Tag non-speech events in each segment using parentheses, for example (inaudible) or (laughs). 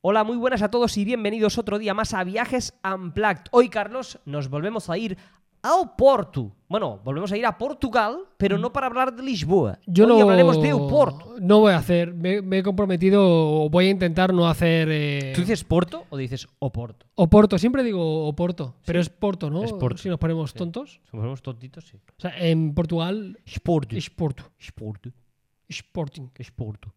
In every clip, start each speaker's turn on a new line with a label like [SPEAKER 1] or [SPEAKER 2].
[SPEAKER 1] Hola, muy buenas a todos y bienvenidos otro día más a Viajes Unplugged. Hoy, Carlos, nos volvemos a ir a Oporto. Bueno, volvemos a ir a Portugal, pero no para hablar de Lisboa.
[SPEAKER 2] Yo
[SPEAKER 1] Hoy
[SPEAKER 2] no,
[SPEAKER 1] hablaremos de Oporto.
[SPEAKER 2] No voy a hacer, me, me he comprometido, o voy a intentar no hacer. eh,
[SPEAKER 1] ¿Tú dices Porto o dices Oporto?
[SPEAKER 2] Oporto, siempre digo Oporto, pero es Porto, ¿no?
[SPEAKER 1] Es Porto,
[SPEAKER 2] Si nos ponemos
[SPEAKER 1] sí.
[SPEAKER 2] tontos.
[SPEAKER 1] Si somos tontitos, sí.
[SPEAKER 2] O sea, en Portugal
[SPEAKER 1] Sporto.
[SPEAKER 2] es Porto,
[SPEAKER 1] Sporto.
[SPEAKER 2] Sporting.
[SPEAKER 1] Sporto.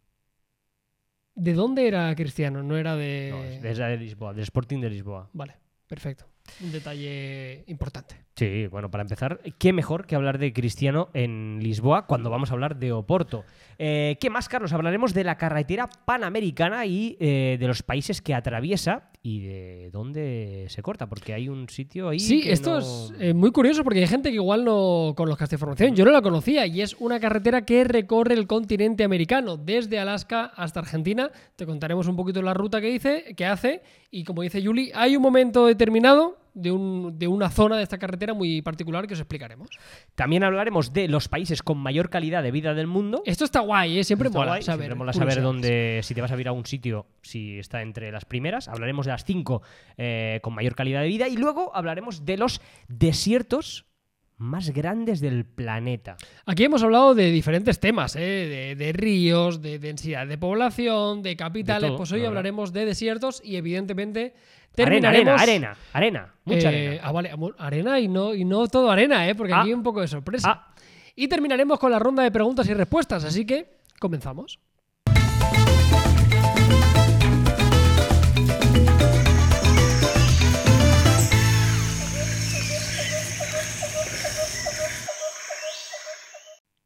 [SPEAKER 2] ¿De dónde era Cristiano? No era de.
[SPEAKER 1] No, es es la de Lisboa, del Sporting de Lisboa.
[SPEAKER 2] Vale, perfecto. Un detalle importante.
[SPEAKER 1] Sí, bueno, para empezar, qué mejor que hablar de Cristiano en Lisboa cuando vamos a hablar de Oporto. Eh, ¿Qué más, Carlos? Hablaremos de la carretera panamericana y eh, de los países que atraviesa y de dónde se corta, porque hay un sitio ahí.
[SPEAKER 2] Sí,
[SPEAKER 1] que
[SPEAKER 2] esto
[SPEAKER 1] no-
[SPEAKER 2] es eh, muy curioso porque hay gente que igual no conozca esta información. Yo no la conocía y es una carretera que recorre el continente americano, desde Alaska hasta Argentina. Te contaremos un poquito la ruta que, dice, que hace y como dice Yuli, hay un momento determinado de, un- de una zona de esta carretera muy particular que os explicaremos.
[SPEAKER 1] También hablaremos de los países con mayor calidad de vida del mundo.
[SPEAKER 2] Esto está guay, ¿eh? siempre
[SPEAKER 1] Está
[SPEAKER 2] mola
[SPEAKER 1] guay,
[SPEAKER 2] saber.
[SPEAKER 1] siempre mola saber
[SPEAKER 2] curiosidades.
[SPEAKER 1] dónde, si te vas a ir a un sitio, si está entre las primeras. Hablaremos de las cinco eh, con mayor calidad de vida y luego hablaremos de los desiertos más grandes del planeta.
[SPEAKER 2] Aquí hemos hablado de diferentes temas, ¿eh? de, de ríos, de densidad de población, de capitales.
[SPEAKER 1] todo,
[SPEAKER 2] pues hoy
[SPEAKER 1] la verdad.
[SPEAKER 2] hablaremos de desiertos y evidentemente
[SPEAKER 1] Arena,
[SPEAKER 2] terminaremos.
[SPEAKER 1] arena, arena, arena, mucha
[SPEAKER 2] Eh,
[SPEAKER 1] arena.
[SPEAKER 2] Ah, vale, amor, arena y no, y no todo arena, ¿eh? porque
[SPEAKER 1] Ah.
[SPEAKER 2] aquí hay un poco de sorpresa.
[SPEAKER 1] Ah.
[SPEAKER 2] Y terminaremos con la ronda de preguntas y respuestas, así que comenzamos.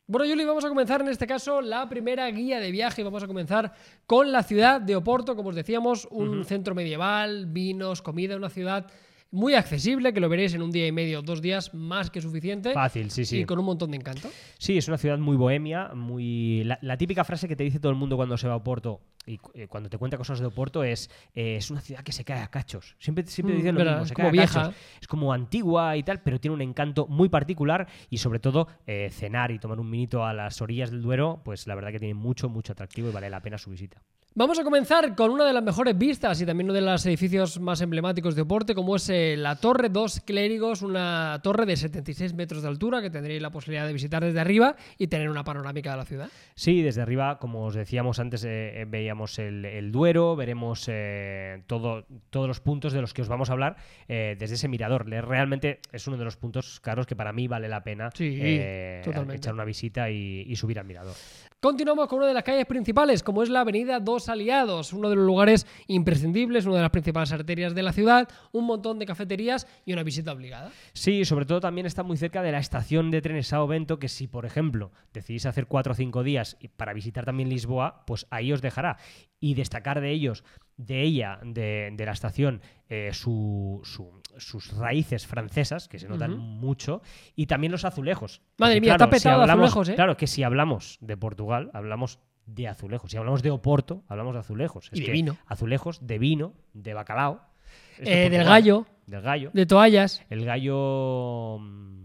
[SPEAKER 2] Bueno, Juli, vamos a comenzar en este caso la primera guía de viaje. Vamos a comenzar con la ciudad de Oporto, como os decíamos, un centro medieval, vinos, comida, una ciudad muy accesible, que lo veréis en un día y medio, dos días, más que suficiente.
[SPEAKER 1] Fácil, sí, sí.
[SPEAKER 2] Y con un montón de encanto.
[SPEAKER 1] Sí, es una ciudad muy bohemia, muy la, la típica frase que te dice todo el mundo cuando se va a Oporto y cu- eh, cuando te cuenta cosas de Oporto es eh, es una ciudad que se cae a cachos. Siempre, siempre
[SPEAKER 2] Mm,
[SPEAKER 1] dicen lo
[SPEAKER 2] verdad,
[SPEAKER 1] mismo, se
[SPEAKER 2] es como
[SPEAKER 1] cae a cachos.
[SPEAKER 2] vieja.
[SPEAKER 1] Es como antigua y tal, pero tiene un encanto muy particular y sobre todo eh, cenar y tomar un minito a las orillas del Duero, pues la verdad que tiene mucho, mucho atractivo y vale la pena su visita.
[SPEAKER 2] Vamos a comenzar con una de las mejores vistas y también uno de los edificios más emblemáticos de Oporto, como es eh, la Torre Dos Clérigos, una torre de 76 metros de altura que tendréis la posibilidad de visitar desde arriba y tener una panorámica de la ciudad.
[SPEAKER 1] Sí, desde arriba, como os decíamos antes, eh, eh, veíamos el, el Duero, veremos eh, todo- todos los puntos de los que os vamos a hablar eh, desde ese mirador. Le- Realmente es uno de los puntos caros que para mí vale la pena
[SPEAKER 2] Sí,
[SPEAKER 1] eh,
[SPEAKER 2] totalmente.
[SPEAKER 1] echar una visita y, y subir al mirador.
[SPEAKER 2] Continuamos con una de las calles principales, como es la Avenida Dos Aliados, uno de los lugares imprescindibles, una de las principales arterias de la ciudad, un montón de cafeterías y una visita obligada.
[SPEAKER 1] Sí, sobre todo también está muy cerca de la estación de trenes Sao Bento, que si, por ejemplo, decidís hacer cuatro o cinco días y- para visitar también Lisboa, pues ahí os dejará. Y destacar de ellos, de ella, de, de la estación, eh, su- su- sus raíces francesas, que se notan
[SPEAKER 2] Ujú.
[SPEAKER 1] mucho, y también los azulejos.
[SPEAKER 2] Madre mía, está petado de
[SPEAKER 1] hablamos-
[SPEAKER 2] azulejos, ¿eh?
[SPEAKER 1] Claro, que si hablamos de Portugal, hablamos de azulejos. Si hablamos de Oporto, hablamos de azulejos.
[SPEAKER 2] Y de
[SPEAKER 1] que
[SPEAKER 2] vino.
[SPEAKER 1] Azulejos, de vino, de bacalao. Esto es
[SPEAKER 2] Eh, del
[SPEAKER 1] Portugal.
[SPEAKER 2] gallo,
[SPEAKER 1] Del gallo.
[SPEAKER 2] de toallas.
[SPEAKER 1] El gallo. mm,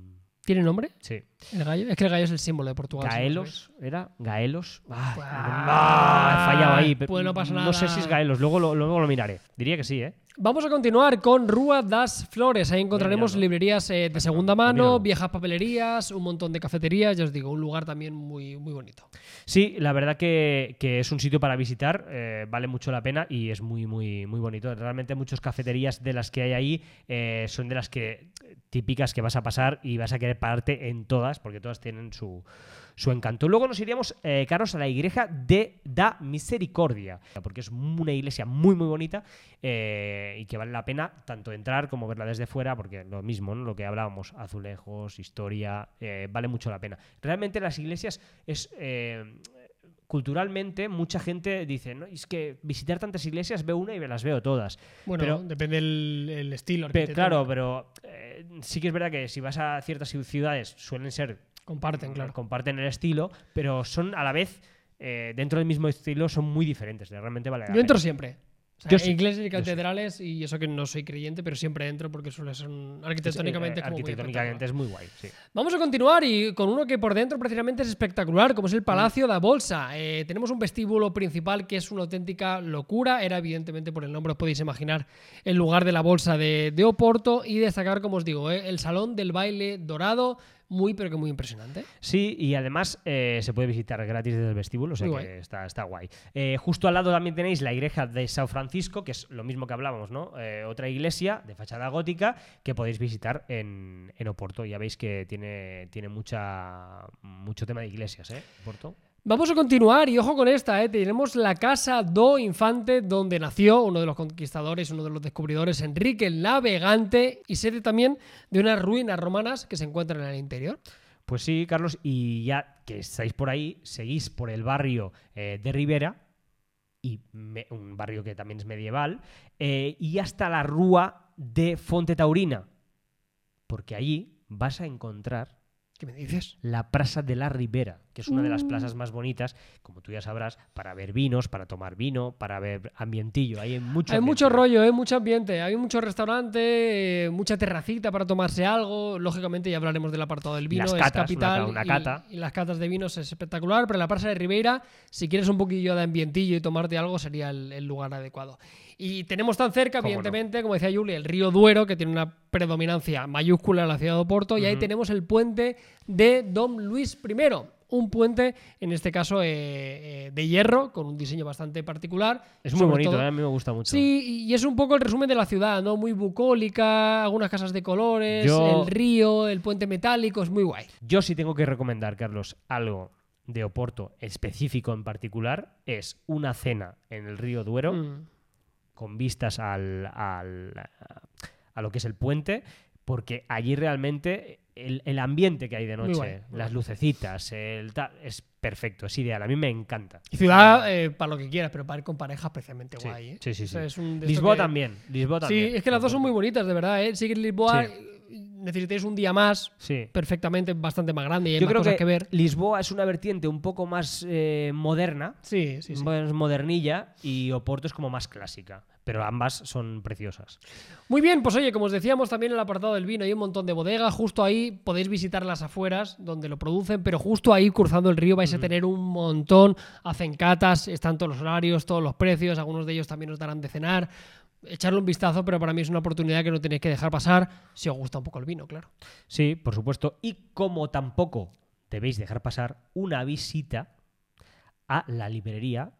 [SPEAKER 2] ¿Tiene nombre?
[SPEAKER 1] Sí.
[SPEAKER 2] ¿El gallo? Es que el gallo es el símbolo de Portugal. si no sabéis.
[SPEAKER 1] Gaelos. ¿Era? Gaelos. Ah,
[SPEAKER 2] Pues-
[SPEAKER 1] ah, he fallado ahí. pero
[SPEAKER 2] Pues no pasa
[SPEAKER 1] sé
[SPEAKER 2] nada.
[SPEAKER 1] si es Gaelos. Luego lo, luego lo miraré. Diría que sí, ¿eh?
[SPEAKER 2] Vamos a continuar con Rua das Flores. Ahí encontraremos
[SPEAKER 1] Míralo.
[SPEAKER 2] librerías eh, de segunda mano,
[SPEAKER 1] Míralo.
[SPEAKER 2] viejas papelerías, un montón de cafeterías. Ya os digo, un lugar también muy, muy bonito.
[SPEAKER 1] Sí, la verdad que, que es un sitio para visitar. eh, vale mucho la pena y es muy, muy, muy bonito. Realmente muchas cafeterías de las que hay ahí eh, son de las que eh, típicas que vas a pasar y vas a querer pararte en todas porque todas tienen su, su encanto. Luego nos iríamos, eh, Carlos, a la iglesia de Da Misericordia, porque es una iglesia muy, muy bonita eh, y que vale la pena tanto entrar como verla desde fuera, porque lo mismo, ¿no? lo que hablábamos, azulejos, historia, eh, vale mucho la pena. Realmente las iglesias es... eh, Culturalmente, mucha gente dice: ¿no? Es que visitar tantas iglesias, veo una y me las veo todas.
[SPEAKER 2] Bueno,
[SPEAKER 1] Pero-
[SPEAKER 2] depende el, el estilo.
[SPEAKER 1] Pe-
[SPEAKER 2] arquitectónico.
[SPEAKER 1] claro, pero eh, sí que es verdad que si vas a ciertas ciu- ciudades suelen ser
[SPEAKER 2] Comparten, claro.
[SPEAKER 1] comparten el estilo, pero son a la vez, eh, dentro del mismo estilo, son muy diferentes. Realmente vale la
[SPEAKER 2] Yo entro
[SPEAKER 1] pena.
[SPEAKER 2] siempre. O sea,
[SPEAKER 1] Yo sí,
[SPEAKER 2] iglesias y
[SPEAKER 1] yo sí.
[SPEAKER 2] catedrales, y eso que no soy creyente, pero siempre entro porque suele ser un- arquitectónicamente.
[SPEAKER 1] Eh,
[SPEAKER 2] como muy
[SPEAKER 1] arquitectónicamente es muy guay, sí.
[SPEAKER 2] Vamos a continuar y con uno que por dentro precisamente es espectacular, como es el Palacio da Bolsa. Eh, tenemos un vestíbulo principal que es una auténtica locura. Era evidentemente por el nombre, os podéis imaginar, el lugar de la Bolsa de, de Oporto y destacar, como os digo, eh, el Salón del Baile Dorado. Muy, pero que muy impresionante.
[SPEAKER 1] Sí, y además eh, se puede visitar gratis desde el vestíbulo, o sea
[SPEAKER 2] Muy
[SPEAKER 1] que
[SPEAKER 2] guay.
[SPEAKER 1] está, está guay. Eh, justo al lado también tenéis la iglesia de San Francisco, que es lo mismo que hablábamos, ¿no? Eh, otra iglesia de fachada gótica que podéis visitar en, en Oporto. Ya veis que tiene, tiene mucha, mucho tema de iglesias, ¿eh? Oporto.
[SPEAKER 2] Vamos a continuar y ojo con esta, ¿eh? tenemos la casa do Infante donde nació uno de los conquistadores, uno de los descubridores, Enrique el Navegante y sede también de unas ruinas romanas que se encuentran en el interior.
[SPEAKER 1] Pues sí, Carlos, y ya que estáis por ahí, seguís por el barrio eh, de Rivera, y me- un barrio que también es medieval, eh, y hasta la rúa de Fonte Taurina, porque allí vas a encontrar
[SPEAKER 2] ¿Qué me dices?
[SPEAKER 1] la Plaza de la Ribera, que es una de las plazas más bonitas, como tú ya sabrás, para ver vinos, para tomar vino, para ver ambientillo. Ahí hay mucho,
[SPEAKER 2] Hay mucho
[SPEAKER 1] ambientillo.
[SPEAKER 2] rollo, ¿eh? mucho ambiente. Hay mucho restaurante, eh, mucha terracita para tomarse algo. Lógicamente ya hablaremos del apartado del vino,
[SPEAKER 1] Las
[SPEAKER 2] es
[SPEAKER 1] catas,
[SPEAKER 2] capital.
[SPEAKER 1] una ca- una
[SPEAKER 2] y-
[SPEAKER 1] cata.
[SPEAKER 2] Y, las catas de vinos es espectacular, pero la Plaza de Ribeira, si quieres un poquillo de ambientillo y tomarte algo, sería el, el lugar adecuado. Y tenemos tan cerca,
[SPEAKER 1] Cómo no.
[SPEAKER 2] evidentemente, como decía Juli, el río Duero, que tiene una predominancia mayúscula en la ciudad de Oporto, y ahí
[SPEAKER 1] Ujú.
[SPEAKER 2] tenemos el puente de Don Luis I. Un puente, en este caso, eh, eh, de hierro, con un diseño bastante particular.
[SPEAKER 1] Es muy
[SPEAKER 2] sobre
[SPEAKER 1] bonito,
[SPEAKER 2] todo-
[SPEAKER 1] ¿eh? a mí me gusta mucho.
[SPEAKER 2] Sí, y y es un poco el resumen de la ciudad, ¿no? Muy bucólica, algunas casas de colores,
[SPEAKER 1] Yo-
[SPEAKER 2] el río, el puente metálico, es muy guay.
[SPEAKER 1] Yo sí tengo que recomendar, Carlos, algo de Oporto específico en particular, es una cena en el río Duero
[SPEAKER 2] Mm.
[SPEAKER 1] con vistas al, al- a lo que es el puente, porque allí realmente el, el ambiente que hay de
[SPEAKER 2] Muy
[SPEAKER 1] noche,
[SPEAKER 2] guay, muy
[SPEAKER 1] las
[SPEAKER 2] guay.
[SPEAKER 1] lucecitas, el tal, es perfecto, es ideal, a mí me encanta.
[SPEAKER 2] Y ciudad eh, para lo que quieras, pero para ir con pareja especialmente
[SPEAKER 1] Sí,
[SPEAKER 2] guay, ¿eh?
[SPEAKER 1] sí, sí,
[SPEAKER 2] O sea,
[SPEAKER 1] sí.
[SPEAKER 2] es un de esto
[SPEAKER 1] Lisboa
[SPEAKER 2] que-
[SPEAKER 1] también, Lisboa
[SPEAKER 2] Sí,
[SPEAKER 1] también.
[SPEAKER 2] es que las dos son muy
[SPEAKER 1] Oporto.
[SPEAKER 2] bonitas, de verdad, ¿eh? Si queréis Lisboa,
[SPEAKER 1] Sí.
[SPEAKER 2] eh, necesitáis un día más,
[SPEAKER 1] Sí.
[SPEAKER 2] perfectamente, bastante más grande y hay
[SPEAKER 1] Yo
[SPEAKER 2] más
[SPEAKER 1] creo
[SPEAKER 2] cosas
[SPEAKER 1] que,
[SPEAKER 2] que, ver.
[SPEAKER 1] Lisboa es una vertiente un poco más eh, moderna,
[SPEAKER 2] Sí, sí, sí.
[SPEAKER 1] Bueno, es modernilla y Oporto es como más clásica, pero ambas son preciosas.
[SPEAKER 2] Muy bien, pues oye, como os decíamos también en el apartado del vino hay un montón de bodegas, justo ahí podéis visitar las afueras donde lo producen, pero justo ahí cruzando el río vais a tener un montón, hacen catas, están todos los horarios, todos los precios, algunos de ellos también os darán de cenar, echarle un vistazo, pero para mí es una oportunidad que no tenéis que dejar pasar si os gusta un poco el vino, claro.
[SPEAKER 1] Sí, por supuesto. Y como tampoco debéis dejar pasar una visita a la librería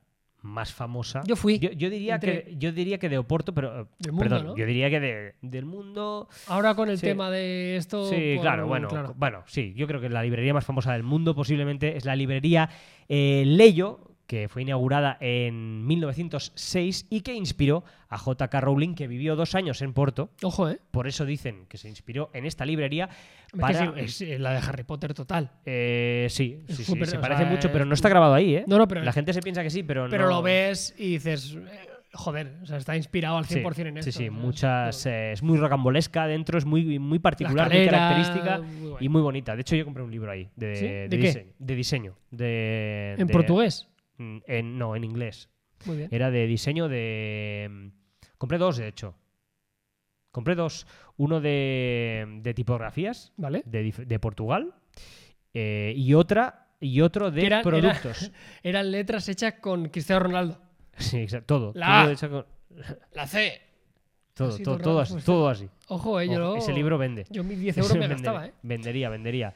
[SPEAKER 1] más famosa.
[SPEAKER 2] Yo fui.
[SPEAKER 1] Yo, yo diría,
[SPEAKER 2] Entré.
[SPEAKER 1] que, yo diría que de Oporto, pero. eh,
[SPEAKER 2] Del mundo,
[SPEAKER 1] perdón,
[SPEAKER 2] ¿no?
[SPEAKER 1] yo diría que de- del mundo.
[SPEAKER 2] Ahora con el
[SPEAKER 1] Sí.
[SPEAKER 2] tema de esto...
[SPEAKER 1] Sí,
[SPEAKER 2] pues,
[SPEAKER 1] claro, bueno, co- bueno, sí, yo creo que la librería más famosa del mundo posiblemente es la librería eh, Leyo, que fue inaugurada en 1906 y que inspiró a J.K. Rowling, que vivió dos años en Porto.
[SPEAKER 2] Ojo, ¿eh?
[SPEAKER 1] Por eso dicen que se inspiró en esta librería.
[SPEAKER 2] Es que
[SPEAKER 1] Para,
[SPEAKER 2] sí, es la de Harry Potter total.
[SPEAKER 1] eh, sí,
[SPEAKER 2] es
[SPEAKER 1] sí, sí,
[SPEAKER 2] súper-
[SPEAKER 1] se
[SPEAKER 2] o
[SPEAKER 1] parece
[SPEAKER 2] sea,
[SPEAKER 1] mucho, pero
[SPEAKER 2] es-
[SPEAKER 1] no está grabado ahí, ¿eh?
[SPEAKER 2] No, no, pero
[SPEAKER 1] La gente se piensa que sí, pero,
[SPEAKER 2] pero
[SPEAKER 1] no.
[SPEAKER 2] lo ves y dices, eh, joder, o sea, está inspirado al 100%
[SPEAKER 1] Sí,
[SPEAKER 2] en
[SPEAKER 1] sí,
[SPEAKER 2] esto.
[SPEAKER 1] sí,
[SPEAKER 2] o sea,
[SPEAKER 1] muchas.
[SPEAKER 2] es-
[SPEAKER 1] eh, es muy rocambolesca dentro, es muy, muy particular,
[SPEAKER 2] La
[SPEAKER 1] muy
[SPEAKER 2] escalera,
[SPEAKER 1] característica
[SPEAKER 2] muy guay.
[SPEAKER 1] y muy bonita. De hecho, yo compré un libro ahí de,
[SPEAKER 2] ¿Sí?
[SPEAKER 1] de
[SPEAKER 2] ¿De qué?
[SPEAKER 1] diseño. De diseño de-
[SPEAKER 2] en
[SPEAKER 1] de-
[SPEAKER 2] portugués.
[SPEAKER 1] mm, en- no, en inglés.
[SPEAKER 2] Muy bien.
[SPEAKER 1] Era de diseño de. mm, Compré dos, de hecho. Compré dos. Uno de, mm, de tipografías,
[SPEAKER 2] ¿Vale?
[SPEAKER 1] de, dif- de Portugal eh, y otra y otro de
[SPEAKER 2] Que eran- (laughs)
[SPEAKER 1] productos. (laughs)
[SPEAKER 2] Eran letras hechas con Cristiano Ronaldo.
[SPEAKER 1] Sí, exacto, todo.
[SPEAKER 2] La
[SPEAKER 1] Todo, hecho con-
[SPEAKER 2] La C.
[SPEAKER 1] todo,
[SPEAKER 2] Así
[SPEAKER 1] todo,
[SPEAKER 2] todo
[SPEAKER 1] todo
[SPEAKER 2] raro,
[SPEAKER 1] así.
[SPEAKER 2] pues,
[SPEAKER 1] todo así.
[SPEAKER 2] Ojo, eh, yo
[SPEAKER 1] Ojo, (laughs)
[SPEAKER 2] lo-
[SPEAKER 1] Ese libro vende.
[SPEAKER 2] Yo mis 10 euros me
[SPEAKER 1] Vender-
[SPEAKER 2] gastaba, ¿eh?
[SPEAKER 1] Vendería, vendería.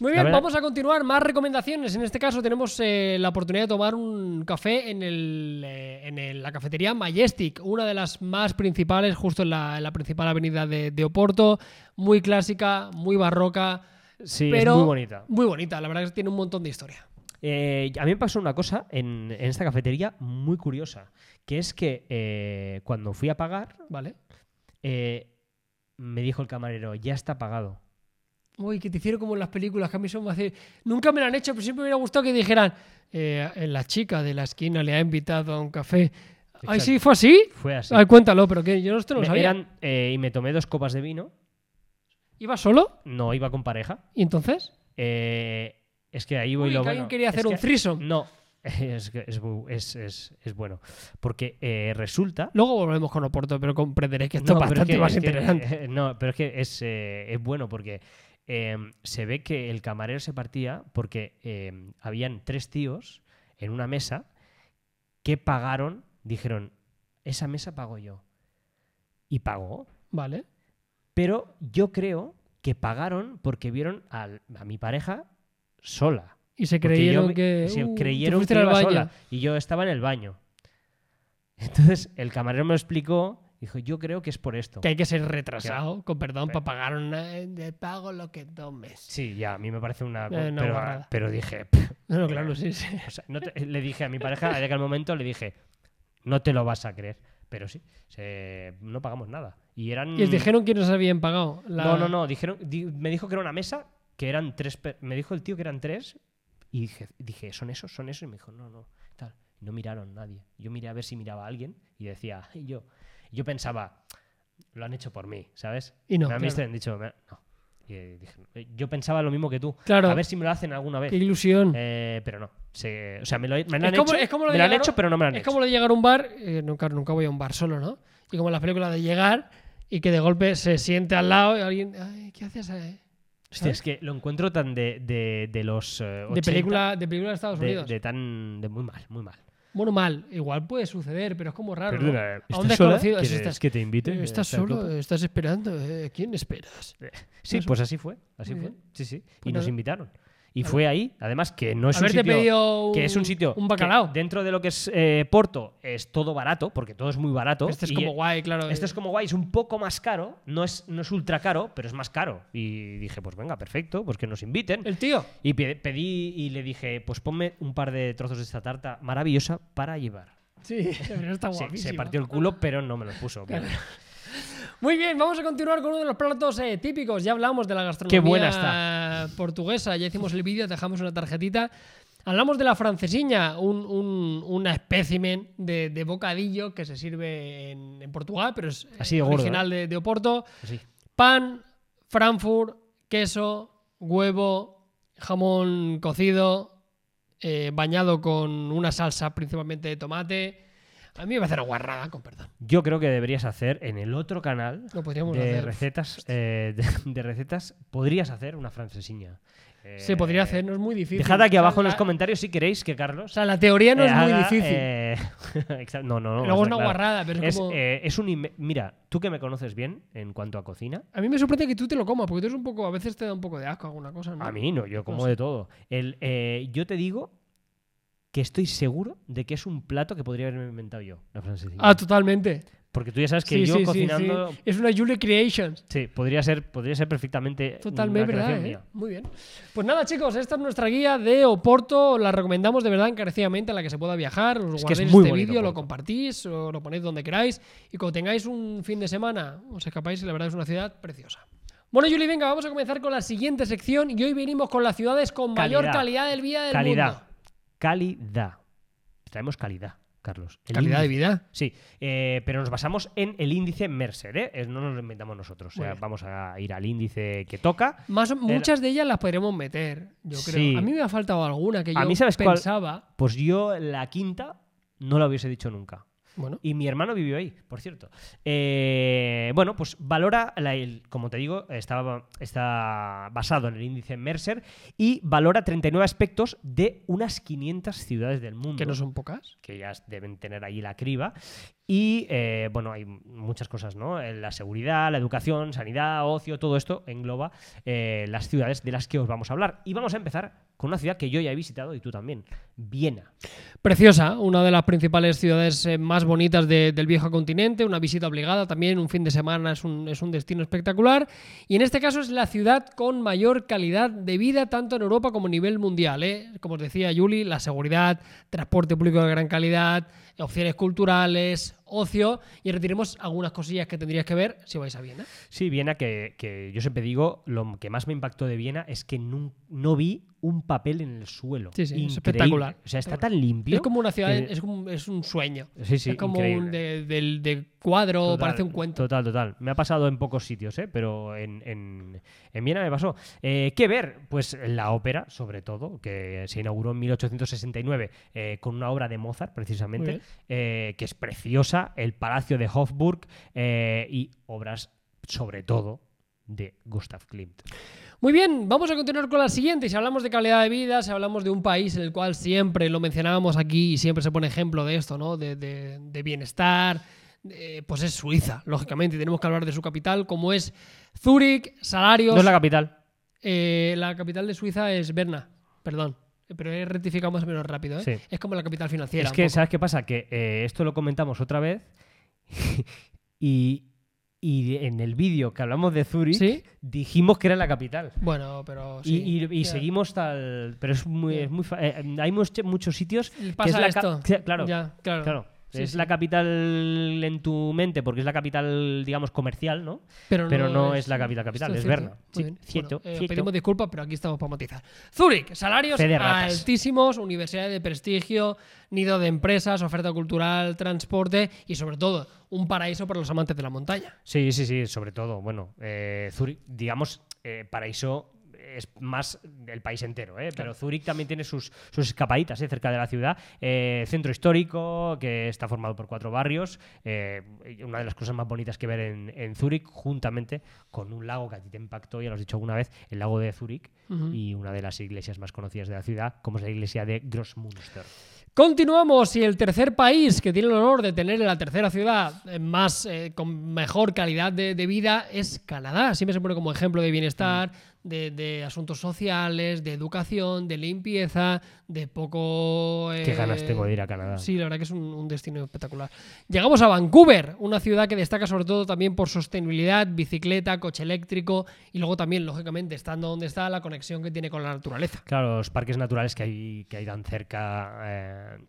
[SPEAKER 2] Muy
[SPEAKER 1] La
[SPEAKER 2] bien,
[SPEAKER 1] verdad-
[SPEAKER 2] vamos a continuar. Más recomendaciones. En este caso tenemos eh, la oportunidad de tomar un café en, el, eh, en el- la cafetería Majestic, una de las más principales, justo en la, en la principal avenida de, de Oporto. Muy clásica, muy barroca,
[SPEAKER 1] Sí,
[SPEAKER 2] pero
[SPEAKER 1] es muy bonita.
[SPEAKER 2] muy bonita. La verdad es que tiene un montón de historia.
[SPEAKER 1] Eh, a mí me pasó una cosa en, en esta cafetería muy curiosa, que es que eh, cuando fui a pagar,
[SPEAKER 2] ¿Vale?
[SPEAKER 1] eh, me dijo el camarero, ya está pagado.
[SPEAKER 2] Uy, que te hicieron como en las películas, que a mí son más de- Nunca me lo han hecho, pero siempre me hubiera gustado que dijeran, eh, la chica de la esquina le ha invitado a un café. Ay,
[SPEAKER 1] Exacto.
[SPEAKER 2] sí, fue así.
[SPEAKER 1] Fue así.
[SPEAKER 2] Ay, cuéntalo, pero que yo no esto no lo
[SPEAKER 1] Me-
[SPEAKER 2] sabía.
[SPEAKER 1] eran, eh, y me tomé dos copas de vino,
[SPEAKER 2] ¿Iba solo?
[SPEAKER 1] no iba con pareja.
[SPEAKER 2] ¿Y entonces?
[SPEAKER 1] Eh, es que ahí voy
[SPEAKER 2] Uy,
[SPEAKER 1] lo
[SPEAKER 2] que alguien
[SPEAKER 1] bueno.
[SPEAKER 2] quería
[SPEAKER 1] Es
[SPEAKER 2] hacer un
[SPEAKER 1] que- mm.
[SPEAKER 2] threesome.
[SPEAKER 1] No, (laughs) Es, que es bu- es- es- es bueno. Porque eh, resulta.
[SPEAKER 2] Luego volvemos con Oporto, pero comprenderéis que esto
[SPEAKER 1] No,
[SPEAKER 2] es
[SPEAKER 1] pero
[SPEAKER 2] bastante
[SPEAKER 1] que-
[SPEAKER 2] más
[SPEAKER 1] es que- (laughs)
[SPEAKER 2] interesante.
[SPEAKER 1] no, pero es que es, eh, es bueno porque eh, se ve que el camarero se partía porque eh, habían tres tíos en una mesa que pagaron, dijeron, esa mesa pago yo. Y pagó.
[SPEAKER 2] Vale.
[SPEAKER 1] Pero yo creo que pagaron porque vieron al- a mi pareja sola.
[SPEAKER 2] Y se
[SPEAKER 1] Porque
[SPEAKER 2] creyeron
[SPEAKER 1] yo-
[SPEAKER 2] que.
[SPEAKER 1] se
[SPEAKER 2] "Uh, te
[SPEAKER 1] creyeron
[SPEAKER 2] fuiste
[SPEAKER 1] que
[SPEAKER 2] al
[SPEAKER 1] iba
[SPEAKER 2] baño".
[SPEAKER 1] sola y yo estaba en el baño. (laughs) Entonces el camarero me lo explicó, dijo, yo creo que es por esto.
[SPEAKER 2] Que hay que ser retrasado, con perdón,
[SPEAKER 1] Pe-
[SPEAKER 2] para pagar una. eh, de pago lo que tomes.
[SPEAKER 1] Sí, ya, a mí me parece una...
[SPEAKER 2] Eh, no,
[SPEAKER 1] pero,
[SPEAKER 2] guarrada.
[SPEAKER 1] pero dije, (laughs) "Pff".
[SPEAKER 2] No, no, claro, sí, sí.
[SPEAKER 1] O sea, no te- le dije a mi pareja, en aquel momento le dije, no te lo vas a creer. Pero sí, se- no pagamos nada. Y eran...
[SPEAKER 2] Y os dijeron que nos habían pagado. La-
[SPEAKER 1] Mm. No, no, no, dijeron, di- me dijo que era una mesa, que eran tres... pe- Me dijo el tío que eran tres y dije, dije, ¿son esos? ¿Son esos? Y me dijo, no, no, tal. No miraron nadie. Yo miré a ver si miraba a alguien y decía, "Ay, yo. Yo pensaba, lo han hecho por mí, ¿sabes?
[SPEAKER 2] Y no,
[SPEAKER 1] Me han
[SPEAKER 2] claro.
[SPEAKER 1] visto y han dicho, "Me- no. Y eh, dije, eh, yo pensaba lo mismo que tú.
[SPEAKER 2] Claro.
[SPEAKER 1] A ver si me lo hacen alguna vez.
[SPEAKER 2] Qué ilusión.
[SPEAKER 1] Eh, pero no. Se- o sea, me lo, me lo han
[SPEAKER 2] Es como-
[SPEAKER 1] hecho.
[SPEAKER 2] es como lo
[SPEAKER 1] me lo han
[SPEAKER 2] llegaron-
[SPEAKER 1] hecho, pero no me lo han
[SPEAKER 2] Es
[SPEAKER 1] hecho.
[SPEAKER 2] como lo de llegar a un bar, eh, nunca, nunca voy a un bar solo, ¿no? Y como en las películas de llegar y que de golpe se siente al lado y alguien, ay, ¿qué haces? eh?".
[SPEAKER 1] Hostia, es que lo encuentro tan de, de, de los. eh,
[SPEAKER 2] De
[SPEAKER 1] 80,
[SPEAKER 2] película, de película de Estados
[SPEAKER 1] De,
[SPEAKER 2] Unidos.
[SPEAKER 1] de tan. De muy mal, muy mal.
[SPEAKER 2] Bueno, mal, igual puede suceder, pero es como raro. ¿no?
[SPEAKER 1] Perdona,
[SPEAKER 2] A un
[SPEAKER 1] ¿estás sola?
[SPEAKER 2] desconocido,
[SPEAKER 1] ¿Quieres
[SPEAKER 2] estás-
[SPEAKER 1] que te invite?
[SPEAKER 2] eh,
[SPEAKER 1] a
[SPEAKER 2] estás
[SPEAKER 1] esta
[SPEAKER 2] solo,
[SPEAKER 1] copa?
[SPEAKER 2] eh, estás esperando, eh, ¿quién esperas?
[SPEAKER 1] Sí, pues así fue. Así
[SPEAKER 2] Muy
[SPEAKER 1] fue.
[SPEAKER 2] bien.
[SPEAKER 1] Sí, sí.
[SPEAKER 2] Pues
[SPEAKER 1] y nos
[SPEAKER 2] nada.
[SPEAKER 1] invitaron. Y fue ahí, además, que no es
[SPEAKER 2] Haberte
[SPEAKER 1] un sitio.
[SPEAKER 2] pedido un,
[SPEAKER 1] que es un sitio.
[SPEAKER 2] un
[SPEAKER 1] que
[SPEAKER 2] bacalao.
[SPEAKER 1] dentro de lo que es eh, Porto, es todo barato, porque todo es muy barato.
[SPEAKER 2] Este es
[SPEAKER 1] y-
[SPEAKER 2] como guay, claro.
[SPEAKER 1] Este
[SPEAKER 2] eh.
[SPEAKER 1] es como guay, es un poco más caro, no es, no es ultra caro, pero es más caro. Y dije, pues venga, perfecto, pues que nos inviten.
[SPEAKER 2] El tío.
[SPEAKER 1] Y pe- pedí y le dije, pues ponme un par de trozos de esta tarta maravillosa para llevar.
[SPEAKER 2] (laughs) Sí, pero Este está
[SPEAKER 1] Se,
[SPEAKER 2] Ah, guapísimo.
[SPEAKER 1] se partió el culo, pero no me los puso. obviamente.
[SPEAKER 2] Muy bien, vamos a continuar con uno de los platos eh, típicos. Ya hablamos de la
[SPEAKER 1] Qué
[SPEAKER 2] gastronomía
[SPEAKER 1] buena está.
[SPEAKER 2] portuguesa, ya hicimos el vídeo, dejamos una tarjetita. Hablamos de la francesiña, un, un- un espécimen de, de bocadillo que se sirve en, en Portugal, pero es eh,
[SPEAKER 1] Así de gordo,
[SPEAKER 2] original de, de Oporto.
[SPEAKER 1] Así.
[SPEAKER 2] Pan, Frankfurt, queso, huevo, jamón cocido, eh, bañado con una salsa principalmente de tomate. A mí me parece una guarrada, con perdón.
[SPEAKER 1] Yo creo que deberías hacer en el otro canal
[SPEAKER 2] Lo podríamos
[SPEAKER 1] de
[SPEAKER 2] hacer.
[SPEAKER 1] recetas, eh, de, de recetas, podrías hacer una francesiña. Eh,
[SPEAKER 2] Se podría hacer, no es muy difícil.
[SPEAKER 1] Dejad aquí
[SPEAKER 2] O sea,
[SPEAKER 1] abajo en
[SPEAKER 2] la-
[SPEAKER 1] los comentarios si queréis que Carlos
[SPEAKER 2] O sea, la teoría no
[SPEAKER 1] eh,
[SPEAKER 2] es muy
[SPEAKER 1] haga,
[SPEAKER 2] difícil.
[SPEAKER 1] eh, (laughs) exacto, no, no, no.
[SPEAKER 2] Luego es
[SPEAKER 1] está
[SPEAKER 2] una
[SPEAKER 1] claro.
[SPEAKER 2] guarrada, pero es
[SPEAKER 1] Es,
[SPEAKER 2] como-
[SPEAKER 1] eh, es un inme- Mira, tú que me conoces bien en cuanto a cocina,
[SPEAKER 2] A mí me sorprende que tú te lo comas, porque tú eres un poco, a veces te da un poco de asco alguna cosa, ¿no?
[SPEAKER 1] a mí no, yo como
[SPEAKER 2] sé.
[SPEAKER 1] de todo. El, eh, yo te digo que estoy seguro de que es un plato que podría haberme inventado yo, la francesina.
[SPEAKER 2] Ah, totalmente.
[SPEAKER 1] Porque tú ya sabes que
[SPEAKER 2] Sí,
[SPEAKER 1] yo
[SPEAKER 2] sí, sí,
[SPEAKER 1] cocinando.
[SPEAKER 2] sí. Es una Julie Creations.
[SPEAKER 1] Sí, podría ser, podría ser perfectamente. una
[SPEAKER 2] Totalmente, ¿verdad?
[SPEAKER 1] creación
[SPEAKER 2] eh?
[SPEAKER 1] mía.
[SPEAKER 2] Muy bien. Pues nada, chicos, esta es nuestra guía de Oporto. La recomendamos de verdad encarecidamente a la que se pueda viajar. Os
[SPEAKER 1] es
[SPEAKER 2] guardáis
[SPEAKER 1] muy
[SPEAKER 2] este
[SPEAKER 1] bonito
[SPEAKER 2] vídeo, lo
[SPEAKER 1] Oporto.
[SPEAKER 2] compartís o lo ponéis donde queráis. Y cuando tengáis un fin de semana, os escapáis y la verdad es una ciudad preciosa. Bueno, Juli, venga, vamos a comenzar con la siguiente sección. Y hoy venimos con las ciudades con mayor
[SPEAKER 1] Calidad.
[SPEAKER 2] calidad de vida del
[SPEAKER 1] calidad.
[SPEAKER 2] mundo.
[SPEAKER 1] Calidad. Traemos calidad, Carlos. El
[SPEAKER 2] Calidad de
[SPEAKER 1] índice-
[SPEAKER 2] vida.
[SPEAKER 1] Sí, eh, pero nos basamos en el índice Mercer, ¿eh? Eh, No nos lo inventamos nosotros. O
[SPEAKER 2] Muy
[SPEAKER 1] sea,
[SPEAKER 2] bien.
[SPEAKER 1] vamos a ir al índice que toca.
[SPEAKER 2] Más, o- muchas de ellas las podremos meter, yo creo.
[SPEAKER 1] Sí.
[SPEAKER 2] A mí me ha faltado alguna que yo
[SPEAKER 1] A mí, ¿sabes cuál?
[SPEAKER 2] pensaba.
[SPEAKER 1] Pues yo la quinta no la hubiese dicho nunca.
[SPEAKER 2] Bueno,
[SPEAKER 1] Y mi hermano vivió ahí, por cierto. Eh, bueno, pues valora, la- el- como te digo, está, está basado en el índice Mercer y valora 39 aspectos de unas 500 ciudades del mundo.
[SPEAKER 2] que no son pocas.
[SPEAKER 1] que ya deben tener ahí la criba. Y eh, bueno, hay muchas cosas, ¿no? Eh, La seguridad, la educación, sanidad, ocio, todo esto engloba eh, las ciudades de las que os vamos a hablar. Y vamos a empezar con una ciudad que yo ya he visitado y tú también, Viena.
[SPEAKER 2] Preciosa, una de las principales ciudades eh, más bonitas de- del viejo continente, una visita obligada también, un fin de semana es un, es un destino espectacular. Y en este caso es la ciudad con mayor calidad de vida, tanto en Europa como a nivel mundial. ¿eh? Como os decía Juli, la seguridad, transporte público de gran calidad, opciones culturales, ocio. Y retiremos algunas cosillas que tendrías que ver si vais a Viena.
[SPEAKER 1] Sí, Viena, que, que yo siempre digo, lo que más me impactó de Viena es que nun- no vi un papel en el suelo.
[SPEAKER 2] Sí, sí, es
[SPEAKER 1] Increíble.
[SPEAKER 2] espectacular.
[SPEAKER 1] O sea, está tan limpio.
[SPEAKER 2] Es como una ciudad,
[SPEAKER 1] que-
[SPEAKER 2] es, como, es un sueño.
[SPEAKER 1] Sí, sí,
[SPEAKER 2] es como
[SPEAKER 1] increíble.
[SPEAKER 2] un de, del- de cuadro,
[SPEAKER 1] Total,
[SPEAKER 2] parece un cuento.
[SPEAKER 1] Total, total. Me ha pasado en pocos sitios, ¿eh? pero en, en, en Viena me pasó. Eh, ¿Qué ver? Pues la ópera, sobre todo, que se inauguró en 1869 eh, con una obra de Mozart,
[SPEAKER 2] Muy
[SPEAKER 1] precisamente,
[SPEAKER 2] bien.
[SPEAKER 1] eh, que es preciosa, el Palacio de Hofburg eh, y obras, sobre todo, de Gustav Klimt.
[SPEAKER 2] Muy bien, vamos a continuar con la siguiente. Y si hablamos de calidad de vida, si hablamos de un país en el cual siempre lo mencionábamos aquí y siempre se pone ejemplo de esto, ¿no? De, de- de bienestar, eh, pues es Suiza, lógicamente. Y tenemos que hablar de su capital, como es Zúrich, salarios.
[SPEAKER 1] No es la capital.
[SPEAKER 2] Eh, la capital de Suiza es Berna, perdón. Pero he rectificado más o menos rápido, ¿eh?
[SPEAKER 1] Sí.
[SPEAKER 2] Es como la capital financiera.
[SPEAKER 1] Es
[SPEAKER 2] un
[SPEAKER 1] que,
[SPEAKER 2] poco.
[SPEAKER 1] ¿sabes qué pasa? Que eh, esto lo comentamos otra vez (laughs) y, y en el vídeo que hablamos de Zurich
[SPEAKER 2] ¿Sí?
[SPEAKER 1] dijimos que era la capital.
[SPEAKER 2] Bueno, pero
[SPEAKER 1] Y-
[SPEAKER 2] sí.
[SPEAKER 1] y, y
[SPEAKER 2] ya.
[SPEAKER 1] seguimos tal. Pero es muy.
[SPEAKER 2] Ya.
[SPEAKER 1] es muy fa- eh, hay much- muchos sitios. que
[SPEAKER 2] Pasa
[SPEAKER 1] es la ca-
[SPEAKER 2] esto.
[SPEAKER 1] que- claro,
[SPEAKER 2] Ya, claro.
[SPEAKER 1] claro.
[SPEAKER 2] Sí,
[SPEAKER 1] es
[SPEAKER 2] sí.
[SPEAKER 1] la capital en tu mente porque es la capital, digamos, comercial, ¿no? pero no es la capital capital,
[SPEAKER 2] Esto
[SPEAKER 1] es
[SPEAKER 2] cierto.
[SPEAKER 1] Berna.
[SPEAKER 2] Muy
[SPEAKER 1] Sí,
[SPEAKER 2] bien.
[SPEAKER 1] cierto,
[SPEAKER 2] Bueno, eh,
[SPEAKER 1] cierto.
[SPEAKER 2] Pedimos disculpas, pero aquí estamos para matizar. Zúrich, salarios
[SPEAKER 1] Fe de ratas.
[SPEAKER 2] altísimos, universidades de prestigio, nido de empresas, oferta cultural, transporte y sobre todo un paraíso para los amantes de la montaña.
[SPEAKER 1] Sí, sí, sí, sobre todo. Bueno, eh, Zurich, digamos, eh, paraíso es más el país entero, ¿eh? pero Zurich también tiene sus, sus escapaditas ¿eh? cerca de la ciudad. Eh, centro histórico, que está formado por cuatro barrios, eh, una de las cosas más bonitas que ver en, en Zurich, juntamente con un lago que a ti te impactó, ya lo has dicho alguna vez, el lago de Zurich,
[SPEAKER 2] Ujú.
[SPEAKER 1] y una de las iglesias más conocidas de la ciudad, como es la iglesia de Grossmünster.
[SPEAKER 2] Continuamos y el tercer país que tiene el honor de tener la tercera ciudad eh, más eh, con mejor calidad de, de vida es Canadá. Siempre se pone como ejemplo de bienestar,
[SPEAKER 1] Mm.
[SPEAKER 2] de, de asuntos sociales, de educación, de limpieza, de poco...
[SPEAKER 1] Qué ganas
[SPEAKER 2] eh,
[SPEAKER 1] tengo de ir a Canadá.
[SPEAKER 2] Sí, la verdad que es un, un destino espectacular. Llegamos a Vancouver, una ciudad que destaca sobre todo también por sostenibilidad, bicicleta, coche eléctrico y luego también, lógicamente, estando donde está, la conexión que tiene con la naturaleza.
[SPEAKER 1] Claro, los parques naturales que hay, que hay tan cerca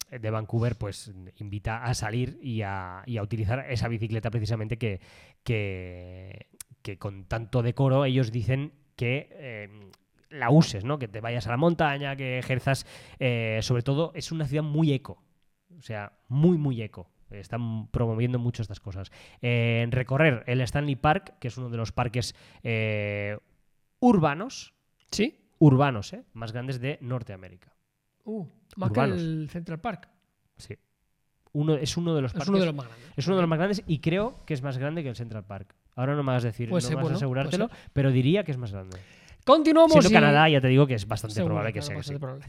[SPEAKER 1] eh, de Vancouver, pues invita a salir y a, y a utilizar esa bicicleta precisamente que, que, que con tanto decoro ellos dicen que eh, la uses, ¿no? Que te vayas a la montaña, que ejerzas. eh, sobre todo, es una ciudad muy eco. O sea, muy, muy eco. Están promoviendo mucho estas cosas. Eh, recorrer el Stanley Park, que es uno de los parques eh, urbanos
[SPEAKER 2] ¿Sí?
[SPEAKER 1] urbanos, ¿eh? más grandes de Norteamérica.
[SPEAKER 2] Uh, más
[SPEAKER 1] Urbanos.
[SPEAKER 2] que el Central Park.
[SPEAKER 1] Sí. Uno, es uno de los
[SPEAKER 2] Es
[SPEAKER 1] parques.
[SPEAKER 2] uno de los más grandes.
[SPEAKER 1] es uno de los más grandes y creo que es más grande que el Central Park. Ahora no me hagas decir,
[SPEAKER 2] Puede
[SPEAKER 1] no
[SPEAKER 2] ser,
[SPEAKER 1] me hagas
[SPEAKER 2] bueno,
[SPEAKER 1] asegurártelo, pero diría que es más grande.
[SPEAKER 2] Continuamos.
[SPEAKER 1] Siendo
[SPEAKER 2] y-
[SPEAKER 1] Canadá, ya te digo que es bastante
[SPEAKER 2] Seguro,
[SPEAKER 1] probable que
[SPEAKER 2] claro,
[SPEAKER 1] sea. que
[SPEAKER 2] bastante
[SPEAKER 1] sí.
[SPEAKER 2] probable.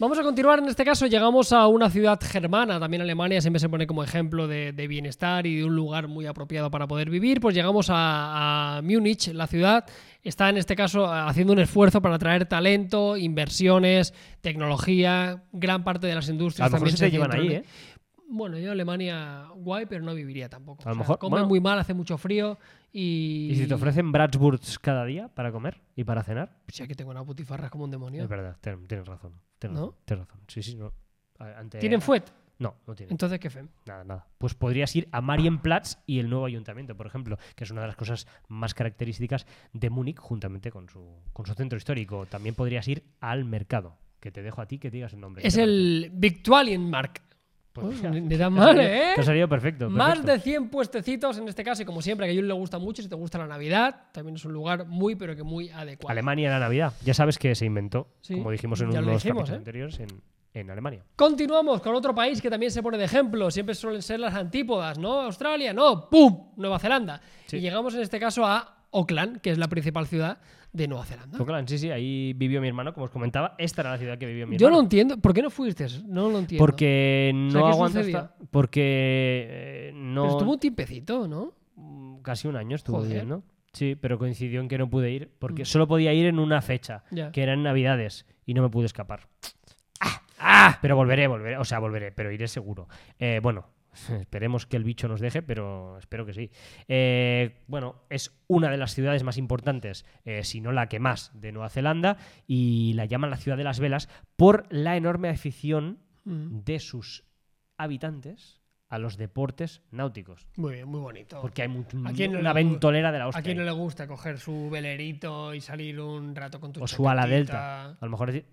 [SPEAKER 2] Vamos a continuar. En este caso, llegamos a una ciudad germana, también Alemania, siempre se pone como ejemplo de, de bienestar y de un lugar muy apropiado para poder vivir. Pues llegamos a, a Múnich, la ciudad. Está en este caso haciendo un esfuerzo para atraer talento, inversiones, tecnología, gran parte de las
[SPEAKER 1] A
[SPEAKER 2] industrias.
[SPEAKER 1] lo mejor
[SPEAKER 2] también
[SPEAKER 1] se te llevan
[SPEAKER 2] centran
[SPEAKER 1] ahí,
[SPEAKER 2] en-
[SPEAKER 1] ¿eh?
[SPEAKER 2] Bueno, yo Alemania guay, pero no viviría tampoco.
[SPEAKER 1] A lo mejor,
[SPEAKER 2] Comen
[SPEAKER 1] bueno.
[SPEAKER 2] muy mal, hace mucho frío y.
[SPEAKER 1] Y si te ofrecen Bratsburgs cada día para comer y para cenar,
[SPEAKER 2] Pues ya que tengo una putifarra como un demonio.
[SPEAKER 1] es verdad, ten- tienes razón. Tienes,
[SPEAKER 2] ¿No?
[SPEAKER 1] razón, tienes razón. Sí, sí, no. A- ante-
[SPEAKER 2] ¿Tienen fuet?
[SPEAKER 1] No, no tienen.
[SPEAKER 2] Entonces, ¿qué fem?
[SPEAKER 1] Nada, nada. Pues podrías ir a Marienplatz y el nuevo ayuntamiento, por ejemplo, que es una de las cosas más características de Múnich, juntamente con su, con su centro histórico. También podrías ir al mercado, que te dejo a ti que digas el nombre.
[SPEAKER 2] Es
[SPEAKER 1] ¿Qué te
[SPEAKER 2] el Victualienmarkt.
[SPEAKER 1] parece? Pues
[SPEAKER 2] Uy,
[SPEAKER 1] mira,
[SPEAKER 2] ni- ni tan
[SPEAKER 1] te ha
[SPEAKER 2] mal,
[SPEAKER 1] salido-
[SPEAKER 2] ¿eh?
[SPEAKER 1] Te ha salido perfecto.
[SPEAKER 2] Más
[SPEAKER 1] perfecto.
[SPEAKER 2] de 100 puestecitos en este caso, y como siempre, que a Jun le gusta mucho, si te gusta la Navidad, también es un lugar muy, pero que muy adecuado.
[SPEAKER 1] Alemania en la Navidad. Ya sabes que se inventó,
[SPEAKER 2] Sí,
[SPEAKER 1] como dijimos en
[SPEAKER 2] ya
[SPEAKER 1] uno
[SPEAKER 2] lo
[SPEAKER 1] de los capítulos
[SPEAKER 2] dijimos, ¿eh? Ah.
[SPEAKER 1] anteriores, en, en Alemania.
[SPEAKER 2] Continuamos con otro país que también se pone de ejemplo. Siempre suelen ser las antípodas, ¿no? Australia, no, ¡pum! Nueva Zelanda.
[SPEAKER 1] Sí.
[SPEAKER 2] Y llegamos en este caso a Auckland, que es la principal ciudad de Nueva Zelanda.
[SPEAKER 1] Auckland, Pues sí, sí, ahí vivió mi hermano, como os comentaba. Esta era la ciudad que vivió mi
[SPEAKER 2] Yo no
[SPEAKER 1] hermano.
[SPEAKER 2] entiendo. ¿Por qué no fuiste? No lo entiendo.
[SPEAKER 1] porque
[SPEAKER 2] O sea,
[SPEAKER 1] no
[SPEAKER 2] ¿qué
[SPEAKER 1] aguanto
[SPEAKER 2] sucedió?
[SPEAKER 1] hasta- porque eh, no
[SPEAKER 2] Pero estuvo un tiempecito, ¿no?
[SPEAKER 1] Mm, casi un año estuvo
[SPEAKER 2] Joder. Mm.
[SPEAKER 1] viviendo. Sí, pero coincidió en que no pude ir, porque solo podía ir en una fecha,
[SPEAKER 2] Ya.
[SPEAKER 1] que era en Navidades, y no me pude escapar. ¡Ah! ¡Ah! Pero volveré, volveré, o sea, volveré, pero iré seguro. Eh, bueno, (laughs) esperemos que el bicho nos deje, pero espero que sí. Eh, bueno, es una de las ciudades más importantes, eh, si no la que más, de Nueva Zelanda, y la llaman la ciudad de las velas por la enorme afición
[SPEAKER 2] Mm.
[SPEAKER 1] de sus habitantes a los deportes náuticos.
[SPEAKER 2] Muy bien, muy bonito.
[SPEAKER 1] Porque hay mucho-
[SPEAKER 2] ¿A quién no le
[SPEAKER 1] una
[SPEAKER 2] gu-
[SPEAKER 1] ventolera de la
[SPEAKER 2] ¿A
[SPEAKER 1] hostia.
[SPEAKER 2] quién no
[SPEAKER 1] ahí.
[SPEAKER 2] le gusta coger su velerito y salir un rato con tu
[SPEAKER 1] o su ala
[SPEAKER 2] chaquetita?
[SPEAKER 1] delta. A lo mejor es-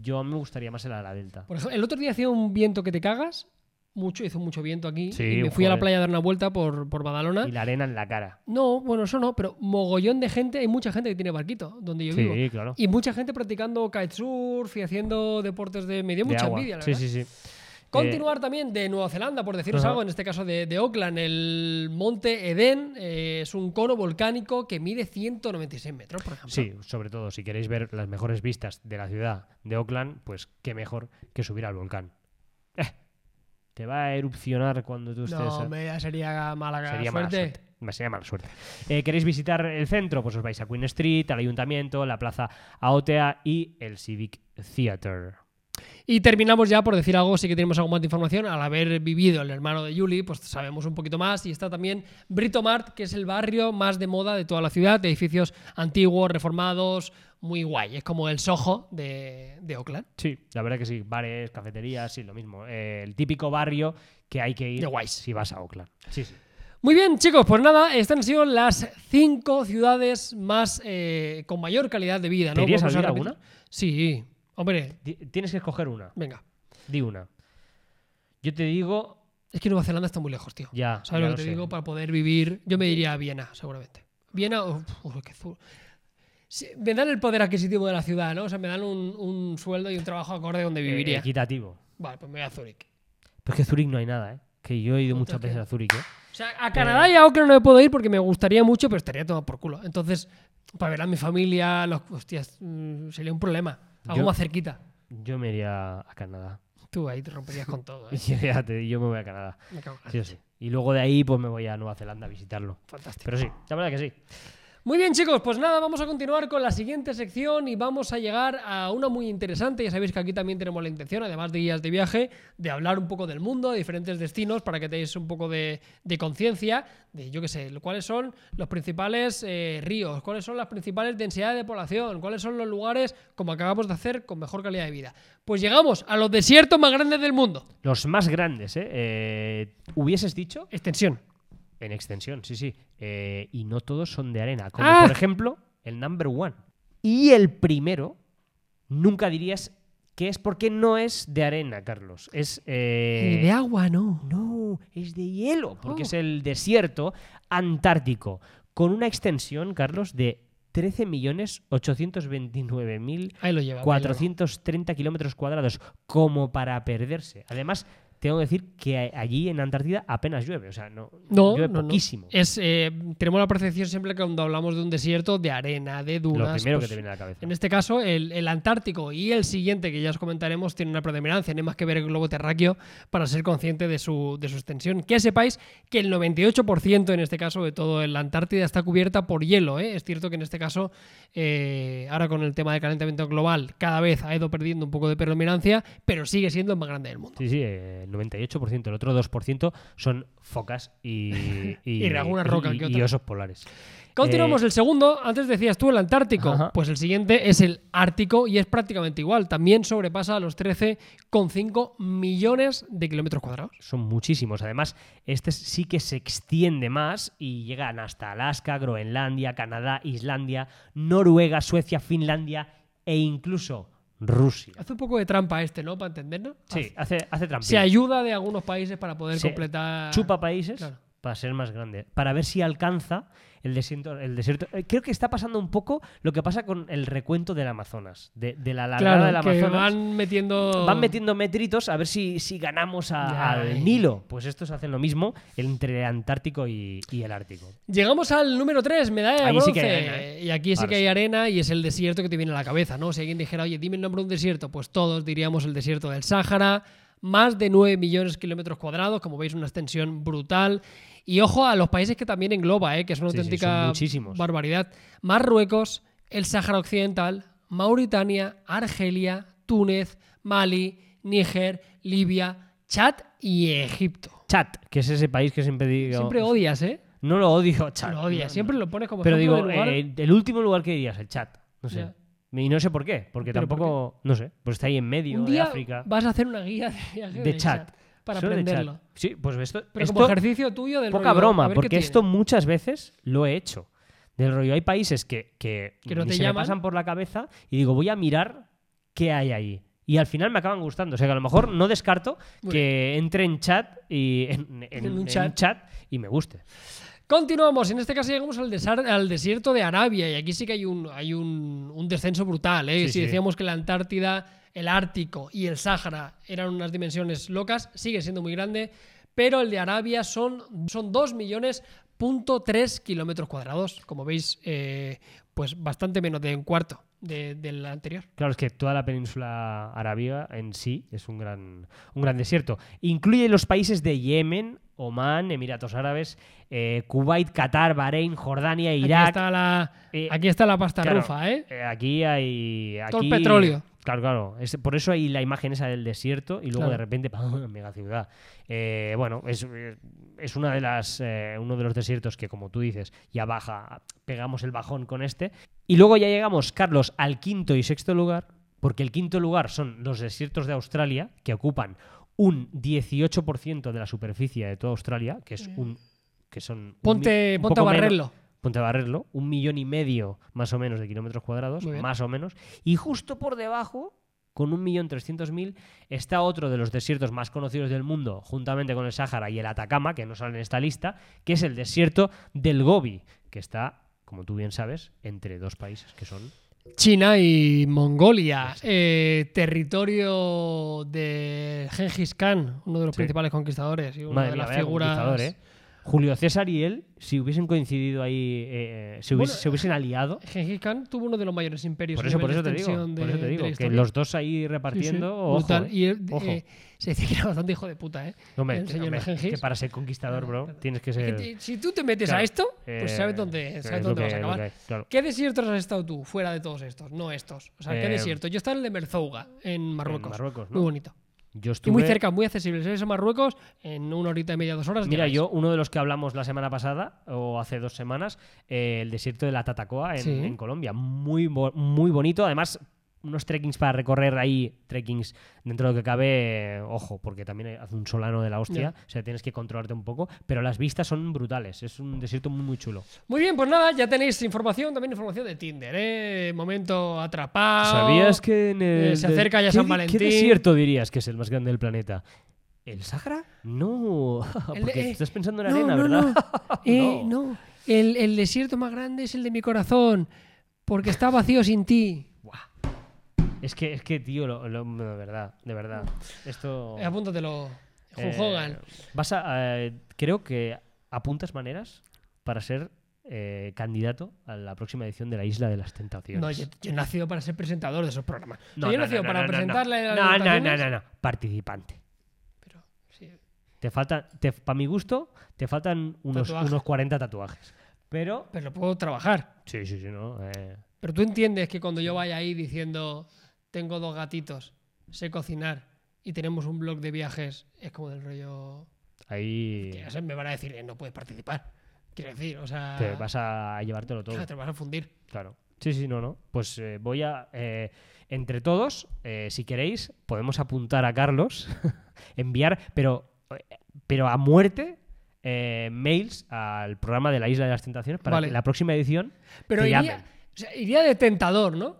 [SPEAKER 1] yo me gustaría más el ala delta.
[SPEAKER 2] Por ejemplo, el otro día hacía un viento que te cagas. Mucho, hizo mucho viento aquí.
[SPEAKER 1] Sí,
[SPEAKER 2] y me fui a la
[SPEAKER 1] joder.
[SPEAKER 2] playa a dar una vuelta por, por Badalona.
[SPEAKER 1] Y la arena en la cara.
[SPEAKER 2] No, bueno, eso no, pero mogollón de gente, hay mucha gente que tiene barquito, donde yo
[SPEAKER 1] Sí,
[SPEAKER 2] vivo.
[SPEAKER 1] claro.
[SPEAKER 2] Y mucha gente practicando kitesurf y haciendo deportes de medio.
[SPEAKER 1] De
[SPEAKER 2] Mucha
[SPEAKER 1] agua.
[SPEAKER 2] envidia, la
[SPEAKER 1] sí,
[SPEAKER 2] verdad.
[SPEAKER 1] sí, sí.
[SPEAKER 2] Continuar también de Nueva Zelanda, por deciros
[SPEAKER 1] Ajá.
[SPEAKER 2] algo, en este caso de, de Auckland, el monte Edén eh, es un cono volcánico que mide 196 metros, por ejemplo.
[SPEAKER 1] Eh, Sí, sobre todo, si queréis ver las mejores vistas de la ciudad de Oakland, pues qué mejor que subir al volcán. Eh, te va a erupcionar cuando tú estés.
[SPEAKER 2] No,
[SPEAKER 1] a-
[SPEAKER 2] me- ya sería Málaga.
[SPEAKER 1] Sería mala
[SPEAKER 2] Suerte.
[SPEAKER 1] suerte. Me sería mala suerte. Eh, ¿Queréis visitar el centro? Pues os vais a Queen Street, al Ayuntamiento, la Plaza Aotea y el Civic Theater.
[SPEAKER 2] Y terminamos ya por decir algo, sí que tenemos algo más de información. Al haber vivido el hermano de Julie, pues sabemos un poquito más. Y está también Britomart, que es el barrio más de moda de toda la ciudad, de edificios antiguos, reformados, muy guay. Es como el Soho de, de Oakland.
[SPEAKER 1] Sí, la verdad que sí. Bares, cafeterías, sí, lo mismo. Eh, el típico barrio que hay que ir
[SPEAKER 2] De guays.
[SPEAKER 1] si vas a Oakland. Sí, sí.
[SPEAKER 2] Muy bien, chicos, pues nada, estas han sido las cinco ciudades más eh, con mayor calidad de vida.
[SPEAKER 1] ¿Te
[SPEAKER 2] ¿no?
[SPEAKER 1] irías a
[SPEAKER 2] Vamos
[SPEAKER 1] vivir a
[SPEAKER 2] repetir.
[SPEAKER 1] una?
[SPEAKER 2] Sí, hombre,
[SPEAKER 1] Ti- Tienes que escoger una.
[SPEAKER 2] venga.
[SPEAKER 1] Di una. Yo te digo.
[SPEAKER 2] Es que Nueva Zelanda está muy lejos, tío.
[SPEAKER 1] Ya.
[SPEAKER 2] ¿Sabes
[SPEAKER 1] ya
[SPEAKER 2] lo
[SPEAKER 1] lo
[SPEAKER 2] que te
[SPEAKER 1] sé.
[SPEAKER 2] digo? Para poder vivir, yo me diría a Viena, seguramente. Viena, o o qué zu- Sí, me dan el poder adquisitivo de la ciudad, ¿no? O sea, me dan un, un sueldo y un trabajo acorde donde
[SPEAKER 1] Eh,
[SPEAKER 2] viviría.
[SPEAKER 1] equitativo.
[SPEAKER 2] vale, pues me voy a Zurich.
[SPEAKER 1] Pero es que Zurich no hay nada, ¿eh? Que yo he ido muchas
[SPEAKER 2] que-
[SPEAKER 1] veces a Zurich, ¿eh?
[SPEAKER 2] O sea, a Canadá y a Oakland no me puedo ir porque me gustaría mucho, pero estaría todo por culo. Entonces, para ver a mi familia, los, hostias, mm, sería un problema. Algo
[SPEAKER 1] Yo-
[SPEAKER 2] más cerquita.
[SPEAKER 1] Yo me iría a Canadá.
[SPEAKER 2] Tú ahí te romperías con todo,
[SPEAKER 1] (laughs)
[SPEAKER 2] ¿eh?
[SPEAKER 1] Fíjate, yo me voy a Canadá.
[SPEAKER 2] Me cago en la-
[SPEAKER 1] Sí o sí. Y luego de ahí, pues me voy a Nueva Zelanda a visitarlo.
[SPEAKER 2] Fantástico.
[SPEAKER 1] Pero sí, la verdad que sí.
[SPEAKER 2] Muy bien, chicos, pues nada, vamos a continuar con la siguiente sección y vamos a llegar a una muy interesante. Ya sabéis que aquí también tenemos la intención, además de guías de viaje, de hablar un poco del mundo, de diferentes destinos, para que tengáis un poco de, de conciencia de, yo qué sé, cuáles son los principales eh, ríos, cuáles son las principales densidades de población, cuáles son los lugares, como acabamos de hacer, con mejor calidad de vida. Pues llegamos a los desiertos más grandes del mundo.
[SPEAKER 1] Los más grandes, ¿eh? Eh, Hubieses dicho
[SPEAKER 2] Extensión.
[SPEAKER 1] en extensión, sí, sí. Eh, y no todos son de arena. Como
[SPEAKER 2] ¡Ah!
[SPEAKER 1] por ejemplo, el number one. Y el primero, nunca dirías que es porque no es de arena, Carlos. Es. eh,
[SPEAKER 2] de agua, no.
[SPEAKER 1] No, es de hielo, porque
[SPEAKER 2] Oh.
[SPEAKER 1] es el desierto antártico, con una extensión, Carlos, de 13.829.430
[SPEAKER 2] Ahí lo lleva. ahí lo lleva.
[SPEAKER 1] kilómetros cuadrados, como para perderse. Además, tengo que decir que a- allí en Antártida apenas llueve, o sea, no,
[SPEAKER 2] No,
[SPEAKER 1] llueve
[SPEAKER 2] no, no.
[SPEAKER 1] poquísimo.
[SPEAKER 2] Es, eh, tenemos la percepción siempre que cuando hablamos de un desierto, de arena, de dunas.
[SPEAKER 1] Lo primero
[SPEAKER 2] pues,
[SPEAKER 1] que te viene a la cabeza.
[SPEAKER 2] En este caso, el, el Antártico y el siguiente que ya os comentaremos tienen una predominancia, no hay más que ver el globo terráqueo para ser consciente de su, de su extensión. Que sepáis que el 98% en este caso de todo la Antártida está cubierta por hielo. ¿eh? Es cierto que en este caso, eh, ahora con el tema del calentamiento global, cada vez ha ido perdiendo un poco de predominancia, pero sigue siendo el más grande del mundo.
[SPEAKER 1] Sí, sí, eh, el 98%, el otro 2% son focas
[SPEAKER 2] (laughs)
[SPEAKER 1] y, y,
[SPEAKER 2] Y alguna roca
[SPEAKER 1] y-
[SPEAKER 2] que
[SPEAKER 1] y
[SPEAKER 2] otra.
[SPEAKER 1] osos polares.
[SPEAKER 2] Continuamos el segundo. Antes decías tú el Antártico.
[SPEAKER 1] Eh, Ajá.
[SPEAKER 2] Pues el siguiente es el Ártico y es prácticamente igual. También sobrepasa los 13,5 millones de kilómetros cuadrados.
[SPEAKER 1] son muchísimos. Además, este sí que se extiende más y llegan hasta Alaska, Groenlandia, Canadá, Islandia, Noruega, Suecia, Finlandia e incluso Rusia.
[SPEAKER 2] Hace un poco de trampa este, ¿no? Para entendernos.
[SPEAKER 1] Sí, hace, hace trampilla.
[SPEAKER 2] Se ayuda de algunos países para poder
[SPEAKER 1] Se
[SPEAKER 2] completar.
[SPEAKER 1] Chupa países
[SPEAKER 2] Claro.
[SPEAKER 1] para ser más grande, para ver si alcanza el desierto. El desierto. Eh, Creo que está pasando un poco lo que pasa con el recuento del Amazonas, de, de la largada
[SPEAKER 2] Claro,
[SPEAKER 1] del
[SPEAKER 2] que
[SPEAKER 1] Amazonas.
[SPEAKER 2] van metiendo.
[SPEAKER 1] Van metiendo metritos a ver si, si ganamos a-
[SPEAKER 2] Ya, eh.
[SPEAKER 1] al Nilo. Pues estos hacen lo mismo entre el Antártico y- y el Ártico.
[SPEAKER 2] Llegamos al número 3, medalla de
[SPEAKER 1] Ahí sí
[SPEAKER 2] bronce.
[SPEAKER 1] que hay arena, ¿eh?
[SPEAKER 2] Y aquí sí
[SPEAKER 1] Ahora
[SPEAKER 2] que hay
[SPEAKER 1] sí.
[SPEAKER 2] arena y es el desierto que te viene a la cabeza, ¿no? Si alguien dijera, oye, dime el nombre de un desierto, pues todos diríamos el desierto del Sáhara, más de 9 millones de kilómetros cuadrados, como veis, una extensión brutal. Y ojo a los países que también engloba, ¿eh? que es una
[SPEAKER 1] Sí, sí, son
[SPEAKER 2] auténtica
[SPEAKER 1] muchísimos.
[SPEAKER 2] barbaridad. Marruecos, el Sáhara Occidental, Mauritania, Argelia, Túnez, Mali, Níger, Libia, Chad y Egipto.
[SPEAKER 1] Chat, que es ese país que siempre digo.
[SPEAKER 2] Siempre odias, ¿eh?
[SPEAKER 1] No lo odio, chat.
[SPEAKER 2] Lo odias,
[SPEAKER 1] No,
[SPEAKER 2] siempre lo pones como
[SPEAKER 1] no. Pero
[SPEAKER 2] ejemplo
[SPEAKER 1] digo,
[SPEAKER 2] de lugar.
[SPEAKER 1] eh, el último lugar que dirías, el chat. No sé.
[SPEAKER 2] Ya.
[SPEAKER 1] Y no sé por qué, porque
[SPEAKER 2] ¿Pero por
[SPEAKER 1] tampoco. No sé. Pues está ahí en medio
[SPEAKER 2] Un
[SPEAKER 1] de
[SPEAKER 2] día
[SPEAKER 1] África.
[SPEAKER 2] vas a hacer una guía de (laughs) viaje
[SPEAKER 1] De
[SPEAKER 2] del
[SPEAKER 1] chat.
[SPEAKER 2] para
[SPEAKER 1] Solo de chat.
[SPEAKER 2] aprenderlo.
[SPEAKER 1] Sí, pues esto.
[SPEAKER 2] Pero
[SPEAKER 1] esto-
[SPEAKER 2] como ejercicio tuyo del
[SPEAKER 1] poca
[SPEAKER 2] rollo, a
[SPEAKER 1] broma,
[SPEAKER 2] ver
[SPEAKER 1] porque
[SPEAKER 2] qué
[SPEAKER 1] esto
[SPEAKER 2] tiene.
[SPEAKER 1] muchas veces lo he hecho. Del rollo, hay países que, que,
[SPEAKER 2] Que no
[SPEAKER 1] ni
[SPEAKER 2] te
[SPEAKER 1] se me
[SPEAKER 2] llaman.
[SPEAKER 1] pasan por la cabeza y digo, voy a mirar qué hay ahí. Y al final me acaban gustando. O sea que a lo mejor no descarto
[SPEAKER 2] Muy
[SPEAKER 1] que entre en chat y en, en-
[SPEAKER 2] (laughs) En un
[SPEAKER 1] en
[SPEAKER 2] chat.
[SPEAKER 1] y me guste.
[SPEAKER 2] Continuamos, en este caso llegamos al, desar- al desierto de Arabia y aquí sí que hay un, hay un, un descenso brutal. ¿eh?
[SPEAKER 1] Sí,
[SPEAKER 2] si
[SPEAKER 1] sí.
[SPEAKER 2] decíamos que la Antártida, el Ártico y el Sáhara eran unas dimensiones locas, sigue siendo muy grande, pero el de Arabia son, son 2 millones punto tres kilómetros cuadrados, como veis, eh, pues bastante menos de un cuarto de- del anterior.
[SPEAKER 1] Claro, es que toda la península arábiga en sí es un gran, un gran desierto. Incluye los países de Yemen, Omán, Emiratos Árabes, eh, Kuwait, Qatar, Bahrein, Jordania,
[SPEAKER 2] Aquí
[SPEAKER 1] Irak.
[SPEAKER 2] está la,
[SPEAKER 1] eh,
[SPEAKER 2] aquí está la pasta
[SPEAKER 1] claro,
[SPEAKER 2] rufa, ¿eh?
[SPEAKER 1] eh, aquí hay.
[SPEAKER 2] Todo el
[SPEAKER 1] aquí-
[SPEAKER 2] petróleo.
[SPEAKER 1] Claro, claro. Es- por eso hay la imagen esa del desierto y luego
[SPEAKER 2] Claro.
[SPEAKER 1] de repente, ¡pam! (laughs) mega ciudad. Eh, bueno, es, eh, es una de las, eh, uno de los desiertos que, como tú dices, ya baja, pegamos el bajón con este. Y luego ya llegamos, Carlos, al quinto y sexto lugar, porque el quinto lugar son los desiertos de Australia, que ocupan un 18% de la superficie de toda Australia, que es un. Que son un mi-
[SPEAKER 2] Mm. Ponte,
[SPEAKER 1] un
[SPEAKER 2] ponte a
[SPEAKER 1] poco menos-
[SPEAKER 2] barrerlo.
[SPEAKER 1] Ponte a barrerlo, un millón y medio más o menos de kilómetros cuadrados,
[SPEAKER 2] Muy bien.
[SPEAKER 1] más o menos, y justo por debajo, con un millón trescientos mil, está otro de los desiertos más conocidos del mundo, juntamente con el Sáhara y el Atacama, que no sale en esta lista, que es el desierto del Gobi, que está, como tú bien sabes, entre dos países que son.
[SPEAKER 2] China y Mongolia, eh, territorio de Genghis Khan, uno de los
[SPEAKER 1] Sí.
[SPEAKER 2] principales conquistadores y una
[SPEAKER 1] Madre
[SPEAKER 2] de
[SPEAKER 1] mía,
[SPEAKER 2] las
[SPEAKER 1] vaya
[SPEAKER 2] figuras.
[SPEAKER 1] conquistador, ¿eh? Julio César y él, si hubiesen coincidido ahí, eh, eh, si hubies-
[SPEAKER 2] Bueno,
[SPEAKER 1] se hubiesen aliado,
[SPEAKER 2] Genghis Khan tuvo uno de los mayores imperios.
[SPEAKER 1] por
[SPEAKER 2] a
[SPEAKER 1] eso,
[SPEAKER 2] nivel
[SPEAKER 1] por eso
[SPEAKER 2] de
[SPEAKER 1] te digo,
[SPEAKER 2] extensión de-
[SPEAKER 1] por eso te
[SPEAKER 2] de la
[SPEAKER 1] digo, que
[SPEAKER 2] historia.
[SPEAKER 1] los dos ahí
[SPEAKER 2] Sí, sí,
[SPEAKER 1] repartiendo, ojo,
[SPEAKER 2] brutal.
[SPEAKER 1] eh.
[SPEAKER 2] Y él,
[SPEAKER 1] Ojo.
[SPEAKER 2] eh, se dice que era bastante hijo de puta, ¿eh?
[SPEAKER 1] No, hombre,
[SPEAKER 2] el señor
[SPEAKER 1] hombre,
[SPEAKER 2] Gengis.
[SPEAKER 1] que para ser conquistador, bro, tienes que
[SPEAKER 2] Que
[SPEAKER 1] ser.
[SPEAKER 2] te- si tú te metes a
[SPEAKER 1] Claro,
[SPEAKER 2] esto, pues
[SPEAKER 1] eh,
[SPEAKER 2] sabes dónde,
[SPEAKER 1] es
[SPEAKER 2] sabes
[SPEAKER 1] lo
[SPEAKER 2] dónde
[SPEAKER 1] que-
[SPEAKER 2] vas a
[SPEAKER 1] lo que
[SPEAKER 2] acabar.
[SPEAKER 1] hay, claro.
[SPEAKER 2] ¿Qué desiertos has estado tú fuera de todos estos? No estos. O sea, ¿qué
[SPEAKER 1] Eh,
[SPEAKER 2] desiertos? Yo estaba en el de Merzouga, en Marruecos.
[SPEAKER 1] Marruecos,
[SPEAKER 2] Muy
[SPEAKER 1] ¿no?
[SPEAKER 2] bonito.
[SPEAKER 1] Yo estuve.
[SPEAKER 2] Y muy cerca, muy accesible. Si vais a Marruecos, en una horita y media, dos horas.
[SPEAKER 1] Mira,
[SPEAKER 2] llegáis.
[SPEAKER 1] yo, uno de los que hablamos la semana pasada, o hace dos semanas, eh, el desierto de la Tatacoa en,
[SPEAKER 2] Sí.
[SPEAKER 1] en Colombia. Muy, bo- muy bonito. Además, unos trekkings para recorrer ahí, trekkings dentro de lo que cabe, eh, ojo, porque también hace un solano de la hostia, o sea, tienes que controlarte un poco, pero las vistas son brutales. Es un desierto muy, muy chulo.
[SPEAKER 2] Muy bien, pues nada, ya tenéis información, también información de Tinder, ¿eh? Momento atrapado.
[SPEAKER 1] ¿Sabías que en el
[SPEAKER 2] eh, se acerca ya
[SPEAKER 1] ¿Qué
[SPEAKER 2] San
[SPEAKER 1] di-
[SPEAKER 2] Valentín?
[SPEAKER 1] ¿Qué desierto dirías que es el más grande del planeta? ¿El Sahara? No, (laughs)
[SPEAKER 2] El de-
[SPEAKER 1] porque
[SPEAKER 2] eh,
[SPEAKER 1] estás pensando en
[SPEAKER 2] no,
[SPEAKER 1] arena,
[SPEAKER 2] no,
[SPEAKER 1] ¿verdad? (laughs)
[SPEAKER 2] No, Eh, no. El, el desierto más grande es el de mi corazón, porque está vacío sin ti.
[SPEAKER 1] Buah. (laughs) Es que, es que tío, lo, lo- no, de verdad, de verdad. Esto.
[SPEAKER 2] Eh, apúntatelo, Hulk
[SPEAKER 1] eh,
[SPEAKER 2] Hogan.
[SPEAKER 1] Vas a, eh, creo que apuntas maneras para ser eh, candidato a la próxima edición de la Isla de las Tentaciones.
[SPEAKER 2] No, yo, yo he nacido para ser presentador de esos programas. O sea,
[SPEAKER 1] No,
[SPEAKER 2] yo he
[SPEAKER 1] no,
[SPEAKER 2] nacido
[SPEAKER 1] no,
[SPEAKER 2] para
[SPEAKER 1] no, no, no.
[SPEAKER 2] presentarle las
[SPEAKER 1] No, no, no,
[SPEAKER 2] votaciones,
[SPEAKER 1] no, no. Participante.
[SPEAKER 2] pero sí.
[SPEAKER 1] Te falta, te, para mi gusto, te faltan unos,
[SPEAKER 2] Tatuajes.
[SPEAKER 1] unos 40 tatuajes. Pero.
[SPEAKER 2] pero lo puedo trabajar.
[SPEAKER 1] Sí, sí, sí, no. eh,
[SPEAKER 2] Pero tú entiendes que cuando yo vaya ahí diciendo, tengo dos gatitos, sé cocinar y tenemos un blog de viajes, es como del rollo...
[SPEAKER 1] ahí.
[SPEAKER 2] que, o sea, me van a decir, "Eh, no puedes participar. Quiero decir, o sea...
[SPEAKER 1] Te vas a llevártelo todo.
[SPEAKER 2] claro, (laughs) te vas a fundir.
[SPEAKER 1] Claro. Sí, sí, no, no. Pues eh, voy a. eh, entre todos, eh, si queréis, podemos apuntar a Carlos, (laughs) enviar, pero, eh, pero a muerte. eh, mails al programa de la Isla de las Tentaciones para
[SPEAKER 2] Vale.
[SPEAKER 1] que la próxima edición
[SPEAKER 2] Pero
[SPEAKER 1] te
[SPEAKER 2] iría,
[SPEAKER 1] llamen. (laughs)
[SPEAKER 2] o sea, iría de tentador, ¿no?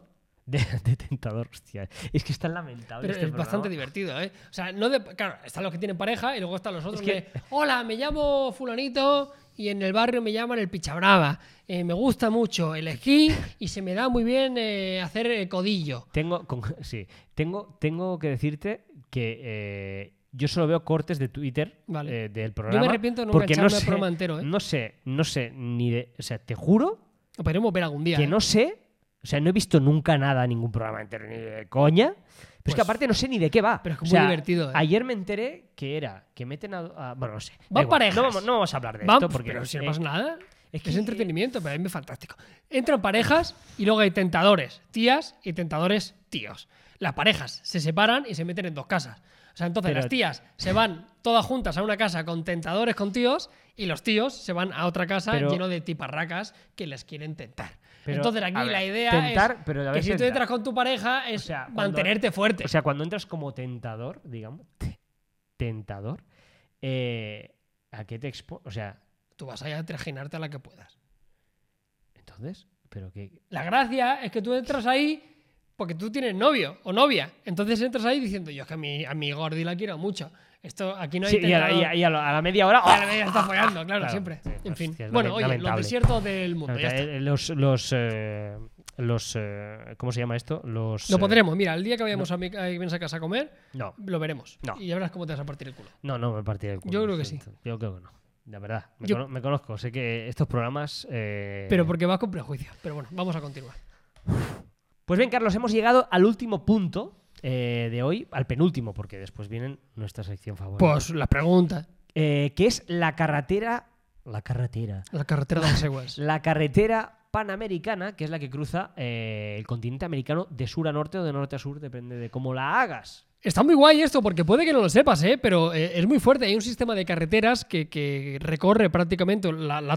[SPEAKER 1] de, de Tentador. Hostia, es que es tan lamentable.
[SPEAKER 2] Pero
[SPEAKER 1] este
[SPEAKER 2] es bastante
[SPEAKER 1] programa.
[SPEAKER 2] divertido, ¿eh? O sea, no de, claro, están los que tienen pareja y luego están los otros
[SPEAKER 1] que-
[SPEAKER 2] de, hola, me llamo fulanito y en el barrio me llaman el pichabrava. Eh, me gusta mucho el esquí y se me da muy bien eh, hacer eh, codillo.
[SPEAKER 1] Tengo, con- (laughs) sí, tengo, tengo que decirte que eh, yo solo veo cortes de Twitter
[SPEAKER 2] Vale.
[SPEAKER 1] eh, del programa.
[SPEAKER 2] arrepiento de no
[SPEAKER 1] porque
[SPEAKER 2] engancharme al programa entero, ¿eh?
[SPEAKER 1] No sé, no sé, ni de. O sea, te juro
[SPEAKER 2] Lo podremos ver algún día.
[SPEAKER 1] que
[SPEAKER 2] ¿eh?
[SPEAKER 1] no sé. O sea, no he visto nunca nada, ningún programa entero, ni de coña. Pero es que
[SPEAKER 2] Pues-
[SPEAKER 1] aparte no sé ni de qué va.
[SPEAKER 2] pero es que
[SPEAKER 1] O
[SPEAKER 2] muy
[SPEAKER 1] sea,
[SPEAKER 2] divertido, ¿eh?
[SPEAKER 1] Ayer me enteré que era que meten a. a- bueno, no sé. da
[SPEAKER 2] Van
[SPEAKER 1] igual.
[SPEAKER 2] parejas.
[SPEAKER 1] No vamos, no vamos a hablar de
[SPEAKER 2] Van-
[SPEAKER 1] esto porque.
[SPEAKER 2] pero si no
[SPEAKER 1] eh,
[SPEAKER 2] pasa nada.
[SPEAKER 1] es
[SPEAKER 2] Es,
[SPEAKER 1] que-
[SPEAKER 2] entretenimiento, pero a mí me es fantástico. Entran parejas y luego hay tentadores, tías y tentadores, tíos. Las parejas se separan y se meten en dos casas. O sea, entonces
[SPEAKER 1] Pero-
[SPEAKER 2] las tías se van todas juntas a una casa con tentadores, con tíos, y los tíos se van a otra casa
[SPEAKER 1] Pero-
[SPEAKER 2] lleno de tiparracas que les quieren tentar.
[SPEAKER 1] Pero,
[SPEAKER 2] entonces
[SPEAKER 1] a
[SPEAKER 2] aquí
[SPEAKER 1] ver,
[SPEAKER 2] la idea
[SPEAKER 1] tentar,
[SPEAKER 2] es
[SPEAKER 1] pero a
[SPEAKER 2] que
[SPEAKER 1] ver,
[SPEAKER 2] si tú
[SPEAKER 1] tentar.
[SPEAKER 2] entras con tu pareja es
[SPEAKER 1] O sea, cuando-
[SPEAKER 2] mantenerte fuerte.
[SPEAKER 1] O sea, cuando entras como tentador, digamos, te- tentador, eh, ¿a qué te expo O sea,
[SPEAKER 2] tú vas allá a trajinarte a la que puedas.
[SPEAKER 1] entonces, pero qué.
[SPEAKER 2] La gracia es que tú entras ahí porque tú tienes novio o novia. Entonces entras ahí diciendo, yo es que a mi, a mi gordi la quiero mucho. Esto aquí no hay
[SPEAKER 1] Sí, y, a la,
[SPEAKER 2] teclado-
[SPEAKER 1] y a- y a la- a la media hora. ¡oh!
[SPEAKER 2] Ah, la media está follando, claro,
[SPEAKER 1] Claro,
[SPEAKER 2] siempre.
[SPEAKER 1] sí,
[SPEAKER 2] en fin.
[SPEAKER 1] hostia, es
[SPEAKER 2] bueno,
[SPEAKER 1] lament-
[SPEAKER 2] oye,
[SPEAKER 1] lamentable.
[SPEAKER 2] los desiertos del mundo. Ya está.
[SPEAKER 1] Eh, Los. los eh, los, eh, ¿Cómo se llama esto? Los.
[SPEAKER 2] Lo
[SPEAKER 1] eh,
[SPEAKER 2] pondremos. Mira, el día que vayamos a, mi, a Ivens a casa a comer,
[SPEAKER 1] No,
[SPEAKER 2] lo veremos.
[SPEAKER 1] No. Eh.
[SPEAKER 2] Y ya verás cómo te vas a partir el culo.
[SPEAKER 1] no, no me partiré el culo.
[SPEAKER 2] Yo creo que sí.
[SPEAKER 1] Yo creo que no. La verdad. Me,
[SPEAKER 2] Yo-
[SPEAKER 1] cono- me conozco. Sé que estos programas. eh,
[SPEAKER 2] Pero porque vas con prejuicios. Pero bueno, vamos a continuar.
[SPEAKER 1] Pues bien, Carlos, hemos llegado al último punto eh, de hoy, al penúltimo, porque después vienen nuestra sección favorita.
[SPEAKER 2] Pues las preguntas.
[SPEAKER 1] Eh, que es la carretera. La carretera.
[SPEAKER 2] La carretera de las Seguas.
[SPEAKER 1] La carretera panamericana, que es la que cruza eh, el continente americano de sur a norte o de norte a sur, depende de cómo la hagas.
[SPEAKER 2] Está muy guay esto, porque puede que no lo sepas, ¿eh? pero eh, es muy fuerte. Hay un sistema de carreteras que, que recorre prácticamente la, la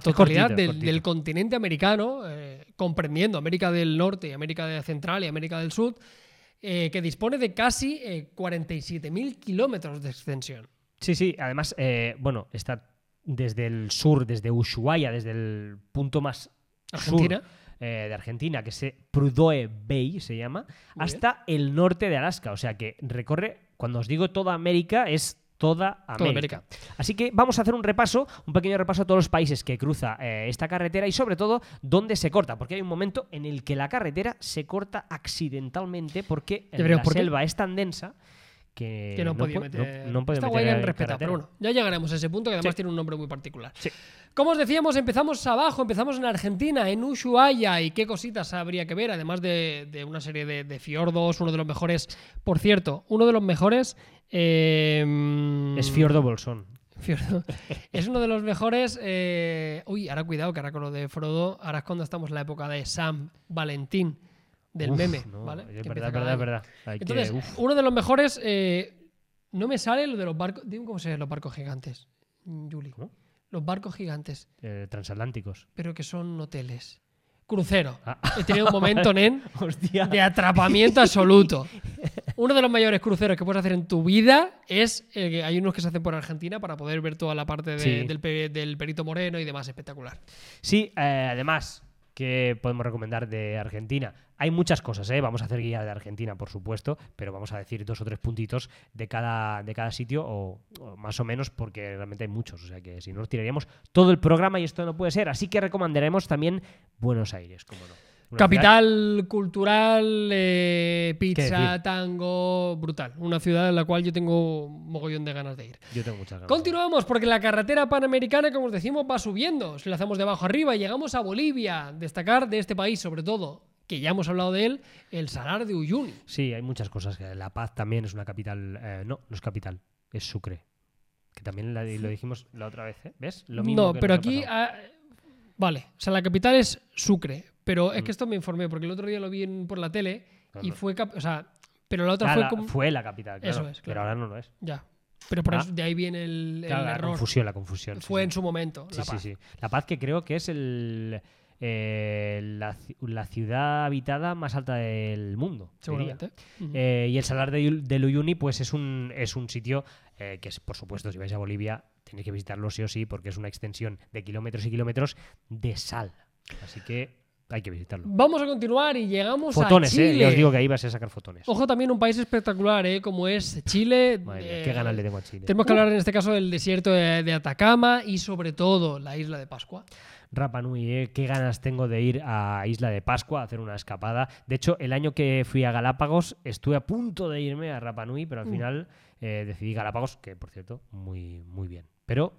[SPEAKER 1] cortito,
[SPEAKER 2] totalidad
[SPEAKER 1] es
[SPEAKER 2] del,
[SPEAKER 1] cortito.
[SPEAKER 2] del continente americano, eh, comprendiendo América del Norte, y América de- Central y América del Sur, eh, que dispone de casi eh, 47.000 kilómetros de extensión.
[SPEAKER 1] Sí, sí, además, eh, bueno, está desde el sur, desde Ushuaia, desde el punto más
[SPEAKER 2] Argentina.
[SPEAKER 1] sur eh, de Argentina, que es eh, Prudhoe Bay, se llama,
[SPEAKER 2] Muy
[SPEAKER 1] hasta el norte de Alaska. O sea que recorre, cuando os digo toda América, es toda América.
[SPEAKER 2] Toda
[SPEAKER 1] Así que vamos a hacer un repaso, un pequeño repaso a todos los países que cruza eh, esta carretera y sobre todo dónde se corta, porque hay un momento en el que la carretera se corta accidentalmente porque
[SPEAKER 2] Ya veremos
[SPEAKER 1] la
[SPEAKER 2] por qué.
[SPEAKER 1] selva es tan densa que,
[SPEAKER 2] que no, podía
[SPEAKER 1] pu-
[SPEAKER 2] meter.
[SPEAKER 1] Eh, no- no podía
[SPEAKER 2] Está
[SPEAKER 1] meter
[SPEAKER 2] guay en
[SPEAKER 1] en
[SPEAKER 2] respeto,
[SPEAKER 1] carretera.
[SPEAKER 2] pero bueno, ya llegaremos a ese punto que además
[SPEAKER 1] Sí.
[SPEAKER 2] tiene un nombre muy particular.
[SPEAKER 1] Sí.
[SPEAKER 2] Como os decíamos, empezamos abajo, empezamos en Argentina, en Ushuaia, y qué cositas habría que ver, además de, de una serie de, de fiordos, uno de los mejores, por cierto, uno de los mejores. eh,
[SPEAKER 1] Es Fiordo Bolsón. (laughs)
[SPEAKER 2] Fiordo. Es uno de los mejores. eh, Uy, ahora cuidado, que ahora con lo de Frodo, ahora es cuando estamos en la época de Sam Valentín, del
[SPEAKER 1] Uf,
[SPEAKER 2] meme,
[SPEAKER 1] no,
[SPEAKER 2] ¿vale?
[SPEAKER 1] es
[SPEAKER 2] Que empieza
[SPEAKER 1] verdad, verdad,
[SPEAKER 2] cada año.
[SPEAKER 1] verdad. Hay que-
[SPEAKER 2] Entonces,
[SPEAKER 1] uf.
[SPEAKER 2] uno de los mejores. eh, no me sale lo de los barcos. Dime cómo se llaman los barcos gigantes, Juli.
[SPEAKER 1] ¿Cómo?
[SPEAKER 2] Los barcos gigantes,
[SPEAKER 1] Eh, transatlánticos.
[SPEAKER 2] pero que son hoteles. Crucero.
[SPEAKER 1] Ah.
[SPEAKER 2] (laughs) He tenido un momento, Nen,
[SPEAKER 1] Hostia. (laughs)
[SPEAKER 2] de atrapamiento absoluto. Uno de los mayores cruceros que puedes hacer en tu vida es. el que- hay unos que se hacen por Argentina para poder ver toda la parte de-
[SPEAKER 1] Sí.
[SPEAKER 2] del, pe- del Perito Moreno y demás. Espectacular.
[SPEAKER 1] Sí, eh, además, ¿qué podemos recomendar de Argentina? Hay muchas cosas, ¿eh? Vamos a hacer guía de Argentina, por supuesto, pero vamos a decir dos o tres puntitos de cada, de cada sitio, o, o más o menos, porque realmente hay muchos. O sea que si no, nos tiraríamos todo el programa y esto no puede ser. Así que recomendaremos también Buenos Aires, como no. Una
[SPEAKER 2] Capital cultural, eh, pizza,
[SPEAKER 1] decir?
[SPEAKER 2] tango, brutal. Una ciudad en la cual yo tengo un mogollón de ganas de ir.
[SPEAKER 1] ciudad- yo tengo muchas ganas.
[SPEAKER 2] Continuamos porque la carretera panamericana, como os decimos, va subiendo. Si la hacemos de abajo arriba, llegamos a Bolivia. Destacar de este país, sobre todo, que ya hemos hablado de él, el salar de Uyuni.
[SPEAKER 1] Sí, hay muchas cosas. que- La Paz también es una capital. eh, no, no es capital, es Sucre. Que también la- lo dijimos la otra vez, ¿eh? ¿Ves? Lo mismo
[SPEAKER 2] no,
[SPEAKER 1] que
[SPEAKER 2] pero
[SPEAKER 1] nos ha
[SPEAKER 2] aquí.
[SPEAKER 1] pasado.
[SPEAKER 2] ah, vale, o sea, la capital es Sucre. Pero es que esto me informé porque el otro día lo vi en- por la tele y
[SPEAKER 1] Mm. Claro.
[SPEAKER 2] fue. cap- O sea, pero la otra
[SPEAKER 1] Ah,
[SPEAKER 2] fue
[SPEAKER 1] la-
[SPEAKER 2] como.
[SPEAKER 1] fue la capital, claro,
[SPEAKER 2] Eso es,
[SPEAKER 1] Pero
[SPEAKER 2] claro.
[SPEAKER 1] ahora no lo es.
[SPEAKER 2] Ya. Pero por
[SPEAKER 1] Ah.
[SPEAKER 2] eso- de ahí viene el, el
[SPEAKER 1] Claro, la
[SPEAKER 2] error.
[SPEAKER 1] confusión, la confusión. sí,
[SPEAKER 2] Fue
[SPEAKER 1] sí.
[SPEAKER 2] en su momento.
[SPEAKER 1] Sí,
[SPEAKER 2] La
[SPEAKER 1] sí,
[SPEAKER 2] Paz.
[SPEAKER 1] sí. La Paz que creo que es el, eh, la, ci- la ciudad habitada más alta del mundo. diría.
[SPEAKER 2] Seguramente. Ujú.
[SPEAKER 1] Eh, y el Salar de, Yu- de Uyuni pues es un, es un sitio eh, que, es, por supuesto, si vais a Bolivia tenéis que visitarlo sí o sí porque es una extensión de kilómetros y kilómetros de sal. Así que hay que visitarlo.
[SPEAKER 2] Vamos a continuar y llegamos
[SPEAKER 1] Fotones,
[SPEAKER 2] a
[SPEAKER 1] ¿eh?
[SPEAKER 2] Chile. Oh,
[SPEAKER 1] Ya os digo que ahí vas a sacar fotones.
[SPEAKER 2] Ojo también un país espectacular, ¿eh? como es Chile.
[SPEAKER 1] Madre mía,
[SPEAKER 2] Eh,
[SPEAKER 1] qué ganas le tengo a Chile.
[SPEAKER 2] Tenemos que hablar en este caso del desierto de, de Atacama y sobre todo la isla de Pascua.
[SPEAKER 1] Rapa Nui, ¿eh? qué ganas tengo de ir a Isla de Pascua a hacer una escapada. De hecho, el año que fui a Galápagos estuve a punto de irme a Rapa Nui, pero al
[SPEAKER 2] Mm.
[SPEAKER 1] final eh, decidí Galápagos, que por cierto, muy, muy bien. Pero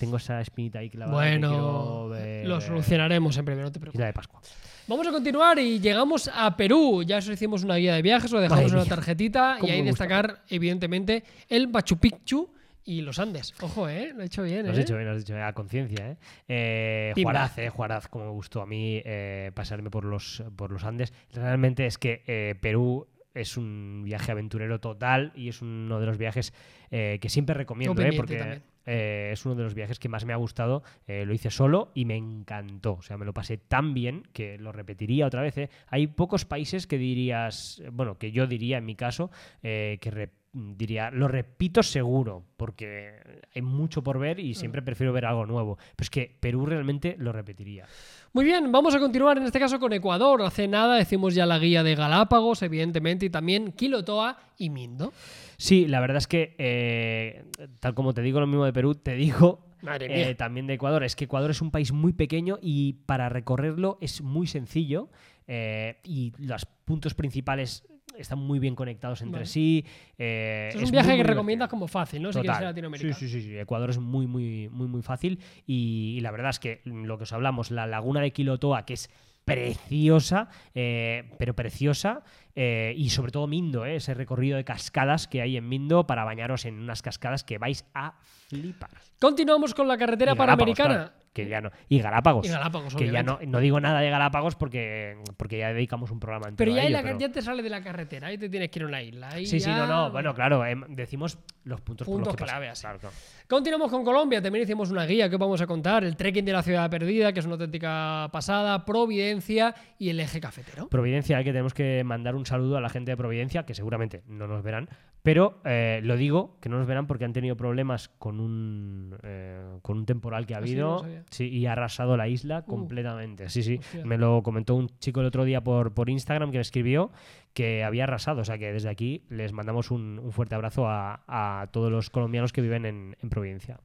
[SPEAKER 1] tengo esa espinita ahí clavada. que quiero
[SPEAKER 2] bueno,
[SPEAKER 1] ver,
[SPEAKER 2] lo
[SPEAKER 1] eh,
[SPEAKER 2] solucionaremos en breve, no te preocupes.
[SPEAKER 1] Isla de Pascua.
[SPEAKER 2] Vamos a continuar y llegamos a Perú. Ya os hicimos una guía de viajes, os dejamos
[SPEAKER 1] Madre
[SPEAKER 2] una
[SPEAKER 1] mía,
[SPEAKER 2] tarjetita y
[SPEAKER 1] cómo
[SPEAKER 2] ahí
[SPEAKER 1] me gusta.
[SPEAKER 2] destacar, evidentemente, el Machu Picchu y los Andes. Ojo, ¿eh? Lo he hecho bien,
[SPEAKER 1] Lo has
[SPEAKER 2] ¿eh?
[SPEAKER 1] hecho bien, lo has hecho bien, a conciencia, ¿eh? Eh,
[SPEAKER 2] Timba.
[SPEAKER 1] Juaraz, ¿eh? Juaraz, como me gustó a mí eh, pasarme por los, por los Andes. Realmente es que eh, Perú es un viaje aventurero total y es uno de los viajes eh, que siempre recomiendo, ¿eh?
[SPEAKER 2] pendiente
[SPEAKER 1] Porque
[SPEAKER 2] también.
[SPEAKER 1] eh, es uno de los viajes que más me ha gustado. Eh, lo hice solo y me encantó. O sea, me lo pasé tan bien que lo repetiría otra vez, ¿eh? Hay pocos países que dirías, bueno, que yo diría en mi caso, eh, que re- diría, lo repito seguro, porque hay mucho por ver y siempre prefiero ver algo nuevo. Pero es que Perú realmente lo repetiría.
[SPEAKER 2] Muy bien, vamos a continuar en este caso con Ecuador. Hace nada decimos ya la guía de Galápagos, evidentemente, y también Quilotoa y Mindo.
[SPEAKER 1] Sí, la verdad es que, eh, tal como te digo lo mismo de Perú, te digo
[SPEAKER 2] Madre
[SPEAKER 1] eh, también de Ecuador. Es que Ecuador es un país muy pequeño y para recorrerlo es muy sencillo eh, y los puntos principales están muy bien conectados entre
[SPEAKER 2] Vale.
[SPEAKER 1] sí. eh,
[SPEAKER 2] es un
[SPEAKER 1] muy,
[SPEAKER 2] viaje
[SPEAKER 1] muy
[SPEAKER 2] que
[SPEAKER 1] divertido.
[SPEAKER 2] recomiendas como fácil, ¿no? Si quieres
[SPEAKER 1] Total.
[SPEAKER 2] ir a Latinoamérica.
[SPEAKER 1] Sí, sí, sí, sí. Ecuador es muy, muy, muy, muy fácil. Y, y la verdad es que mm, lo que os hablamos, la laguna de Quilotoa, que es preciosa, eh, pero preciosa, eh, y sobre todo Mindo, eh, ese recorrido de cascadas que hay en Mindo para bañaros en unas cascadas que vais a flipar.
[SPEAKER 2] Continuamos con la carretera
[SPEAKER 1] Y Galápagos,
[SPEAKER 2] panamericana.
[SPEAKER 1] claro, que ya no. Y Galápagos.
[SPEAKER 2] Y Galápagos,
[SPEAKER 1] que ya
[SPEAKER 2] obviamente.
[SPEAKER 1] no, no digo nada de Galápagos porque, porque ya dedicamos un programa entero
[SPEAKER 2] Pero ya,
[SPEAKER 1] a
[SPEAKER 2] ahí
[SPEAKER 1] ello,
[SPEAKER 2] la-
[SPEAKER 1] pero-
[SPEAKER 2] ya te sale de la carretera, ahí te tienes que ir a una isla. ahí
[SPEAKER 1] Sí, sí, no,
[SPEAKER 2] ya-
[SPEAKER 1] no. Bueno, claro, em, decimos los puntos, por los
[SPEAKER 2] Puntos
[SPEAKER 1] que pasa-
[SPEAKER 2] clave, así.
[SPEAKER 1] claro, claro.
[SPEAKER 2] Continuamos con Colombia, también hicimos una guía que os vamos a contar, el trekking de la ciudad perdida, que es una auténtica pasada, Providencia y el eje cafetero.
[SPEAKER 1] Providencia, eh, que tenemos que mandar un saludo a la gente de Providencia, que seguramente no nos verán, pero eh, lo digo, que no nos verán porque han tenido problemas con un, eh, con un temporal que ha
[SPEAKER 2] Ah, sí, no lo
[SPEAKER 1] habido
[SPEAKER 2] sabía.
[SPEAKER 1] sí, y ha arrasado la isla
[SPEAKER 2] Uh.
[SPEAKER 1] completamente. Sí, sí,
[SPEAKER 2] Hostia.
[SPEAKER 1] me lo comentó un chico el otro día por, por Instagram que me escribió que había arrasado, o sea que desde aquí les mandamos un, un fuerte abrazo a, a todos los colombianos que viven en, en Providencia.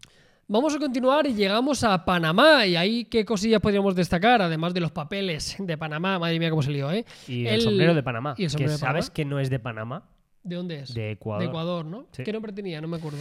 [SPEAKER 2] Vamos a continuar y llegamos a Panamá, y ahí qué cosillas podríamos destacar, además de los papeles de Panamá, madre mía cómo se lió, ¿eh?
[SPEAKER 1] Y el,
[SPEAKER 2] El-
[SPEAKER 1] sombrero de Panamá,
[SPEAKER 2] ¿y el
[SPEAKER 1] que
[SPEAKER 2] sombrero de
[SPEAKER 1] sabes
[SPEAKER 2] Panamá?
[SPEAKER 1] que no es de Panamá,
[SPEAKER 2] ¿De dónde es?
[SPEAKER 1] de Ecuador.
[SPEAKER 2] De Ecuador, ¿no?
[SPEAKER 1] Sí.
[SPEAKER 2] ¿Qué nombre tenía? No me acuerdo.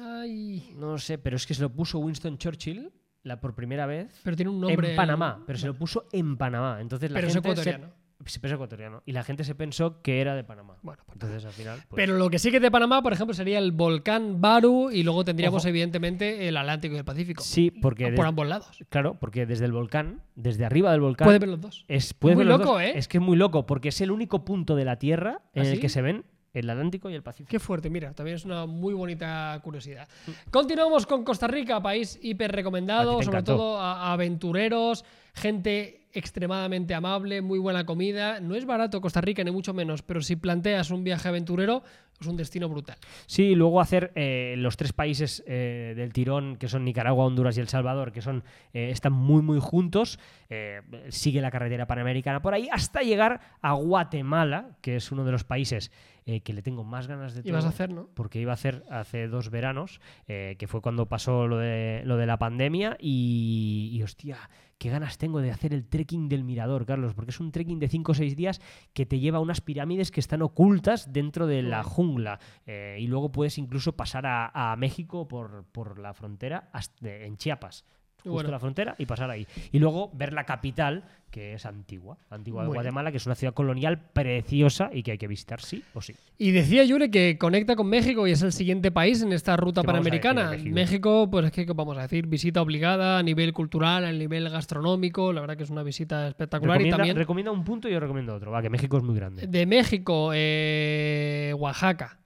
[SPEAKER 2] Ay,
[SPEAKER 1] No lo sé, pero es que se lo puso Winston Churchill la por primera vez
[SPEAKER 2] pero tiene un nombre.
[SPEAKER 1] en Panamá, pero se lo puso en Panamá. Entonces la
[SPEAKER 2] Pero es
[SPEAKER 1] gente
[SPEAKER 2] ecuatoriano.
[SPEAKER 1] Se, se- pero es ecuatoriano. Y la gente se pensó que era de Panamá.
[SPEAKER 2] Bueno, pues
[SPEAKER 1] Entonces al final. pues,
[SPEAKER 2] Pero lo que sí que es de Panamá, por ejemplo, sería el volcán Baru y luego tendríamos,
[SPEAKER 1] Ojo.
[SPEAKER 2] evidentemente, el Atlántico y el Pacífico.
[SPEAKER 1] sí, porque.
[SPEAKER 2] por
[SPEAKER 1] des-
[SPEAKER 2] ambos lados.
[SPEAKER 1] Claro, porque desde el volcán, desde arriba del volcán.
[SPEAKER 2] Puedes ver los dos.
[SPEAKER 1] es, puedes
[SPEAKER 2] Muy
[SPEAKER 1] ver los
[SPEAKER 2] loco,
[SPEAKER 1] dos.
[SPEAKER 2] ¿eh?
[SPEAKER 1] Es que es muy loco, porque es el único punto de la Tierra en
[SPEAKER 2] ¿Ah,
[SPEAKER 1] el
[SPEAKER 2] sí?
[SPEAKER 1] que se ven el Atlántico y el Pacífico.
[SPEAKER 2] Qué fuerte, mira, también es una muy bonita curiosidad. Continuamos con Costa Rica, país
[SPEAKER 1] Mm.
[SPEAKER 2] hiper
[SPEAKER 1] A ti
[SPEAKER 2] recomendado,
[SPEAKER 1] te
[SPEAKER 2] sobre
[SPEAKER 1] encantó.
[SPEAKER 2] todo a a aventureros, gente extremadamente amable, muy buena comida. No es barato Costa Rica, ni mucho menos, pero si planteas un viaje aventurero, es un destino brutal.
[SPEAKER 1] Sí, y luego hacer eh, los tres países eh, del tirón, que son Nicaragua, Honduras y El Salvador, que son eh, están muy, muy juntos. eh, sigue la carretera panamericana por ahí hasta llegar a Guatemala, que es uno de los países eh, que le tengo más ganas de
[SPEAKER 2] Y
[SPEAKER 1] todo,
[SPEAKER 2] vas a hacer, ¿no?
[SPEAKER 1] Porque iba a hacer hace dos veranos, eh, que fue cuando pasó lo de, lo de la pandemia. Y, y, hostia, qué ganas tengo de hacer el trekking del mirador, Carlos, porque es un trekking de 5 o 6 días que te lleva a unas pirámides que están ocultas dentro de la
[SPEAKER 2] Joder.
[SPEAKER 1] jungla. Eh, y luego puedes incluso pasar a, a México por, por la frontera hasta- en Chiapas.
[SPEAKER 2] Qué
[SPEAKER 1] Justo
[SPEAKER 2] bueno.
[SPEAKER 1] la frontera y pasar ahí. Y luego ver la capital, que es antigua, antigua de
[SPEAKER 2] Bueno.
[SPEAKER 1] Guatemala, que es una ciudad colonial preciosa y que hay que visitar sí o sí.
[SPEAKER 2] Y decía Yure que conecta con México y es el siguiente país en esta ruta
[SPEAKER 1] ¿Qué vamos a decir de
[SPEAKER 2] panamericana.
[SPEAKER 1] México?
[SPEAKER 2] México? pues es que, ¿qué vamos a decir? Visita obligada a nivel cultural, a nivel gastronómico. La verdad que es una visita espectacular.
[SPEAKER 1] Recomienda,
[SPEAKER 2] y también
[SPEAKER 1] recomienda un punto y yo recomiendo otro. Va, que México es muy grande.
[SPEAKER 2] de México, eh, Oaxaca,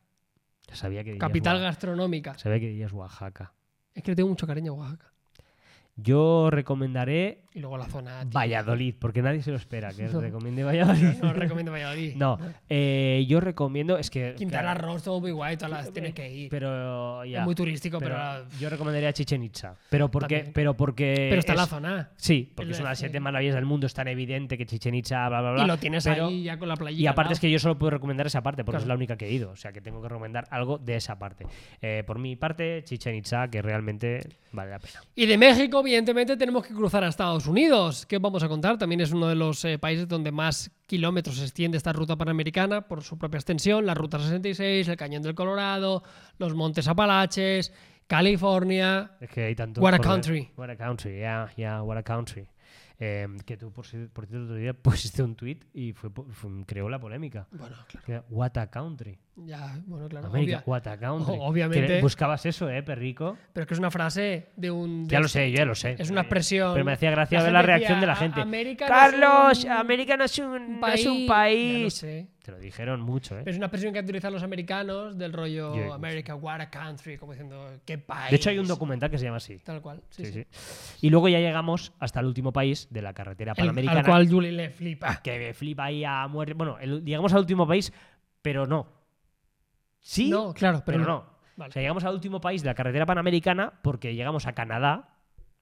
[SPEAKER 1] Ya Sabía que dirías
[SPEAKER 2] capital
[SPEAKER 1] Oaxaca.
[SPEAKER 2] gastronómica.
[SPEAKER 1] Sabía que dirías Oaxaca.
[SPEAKER 2] Es que le tengo mucho cariño a Oaxaca.
[SPEAKER 1] Yo recomendaré
[SPEAKER 2] Y luego la zona. típica.
[SPEAKER 1] Valladolid, porque nadie se lo espera que
[SPEAKER 2] (laughs) No.
[SPEAKER 1] recomiende Valladolid.
[SPEAKER 2] No, no recomiendo
[SPEAKER 1] (laughs)
[SPEAKER 2] Valladolid.
[SPEAKER 1] No, eh, yo recomiendo. Es que.
[SPEAKER 2] Quintana
[SPEAKER 1] claro,
[SPEAKER 2] Roo, todo muy guay, todas las tienes que ir.
[SPEAKER 1] Pero. ya,
[SPEAKER 2] es muy turístico, pero,
[SPEAKER 1] pero eh, yo recomendaría Chichen Itza. Pero porque.
[SPEAKER 2] También.
[SPEAKER 1] Pero, porque
[SPEAKER 2] pero está
[SPEAKER 1] es-
[SPEAKER 2] la zona.
[SPEAKER 1] Sí, porque
[SPEAKER 2] El-
[SPEAKER 1] es una de las
[SPEAKER 2] sí.
[SPEAKER 1] siete maravillas del mundo. Es tan evidente que Chichen Itza, bla, bla, bla.
[SPEAKER 2] Y lo tienes
[SPEAKER 1] pero-
[SPEAKER 2] ahí ya con la playita.
[SPEAKER 1] Y
[SPEAKER 2] al
[SPEAKER 1] aparte
[SPEAKER 2] lado.
[SPEAKER 1] es que yo solo puedo recomendar esa parte, porque
[SPEAKER 2] Claro.
[SPEAKER 1] es la única que he ido. O sea que tengo que recomendar algo de esa parte. Eh, por mi parte, Chichen Itza, que realmente vale la pena.
[SPEAKER 2] Y de México, evidentemente, tenemos que cruzar a Estados Unidos, que os vamos a contar. También es uno de los eh, países donde más kilómetros se extiende esta ruta panamericana por su propia extensión, la Ruta 66, el Cañón del Colorado, los Montes Apalaches, California.
[SPEAKER 1] Es que hay tanto.
[SPEAKER 2] What a
[SPEAKER 1] por ver.
[SPEAKER 2] country.
[SPEAKER 1] What a country, yeah, yeah, what a country. Eh, que tú, por, si- por cierto, otro día (laughs) pusiste un tweet y fue, po- fue- creó la polémica.
[SPEAKER 2] Bueno, claro.
[SPEAKER 1] Que era, What a country.
[SPEAKER 2] Ya, bueno, claro.
[SPEAKER 1] América,
[SPEAKER 2] obvia.
[SPEAKER 1] what a country.
[SPEAKER 2] O- obviamente.
[SPEAKER 1] Que buscabas eso, ¿eh, perrico?
[SPEAKER 2] Pero es que es una frase de un. de-
[SPEAKER 1] Ya lo sé, yo ya lo sé. Eh,
[SPEAKER 2] Es una expresión.
[SPEAKER 1] Pero me hacía gracia
[SPEAKER 2] La
[SPEAKER 1] ver la
[SPEAKER 2] gente
[SPEAKER 1] reacción
[SPEAKER 2] decía,
[SPEAKER 1] de la
[SPEAKER 2] "A-
[SPEAKER 1] gente.
[SPEAKER 2] América no es
[SPEAKER 1] Carlos,
[SPEAKER 2] un
[SPEAKER 1] América no es un, no es un
[SPEAKER 2] Ya lo
[SPEAKER 1] país.
[SPEAKER 2] sé.
[SPEAKER 1] Te lo dijeron mucho, ¿eh?
[SPEAKER 2] Pero es una expresión que utilizan los americanos del rollo
[SPEAKER 1] Yo-
[SPEAKER 2] America, what a country, como diciendo, qué país.
[SPEAKER 1] De hecho, hay un documental que se llama así.
[SPEAKER 2] Tal cual. Sí,
[SPEAKER 1] Sí,
[SPEAKER 2] sí.
[SPEAKER 1] sí. Y luego ya llegamos hasta el último país de la carretera
[SPEAKER 2] El-
[SPEAKER 1] panamericana. ¿Ah,
[SPEAKER 2] al cual Julie le flipa.
[SPEAKER 1] Que me flipa ahí a muerte. Bueno, el- llegamos al último país, pero no. Sí,
[SPEAKER 2] No, claro, pero,
[SPEAKER 1] pero no.
[SPEAKER 2] Vale.
[SPEAKER 1] O sea, llegamos al último país de la carretera panamericana porque llegamos a Canadá.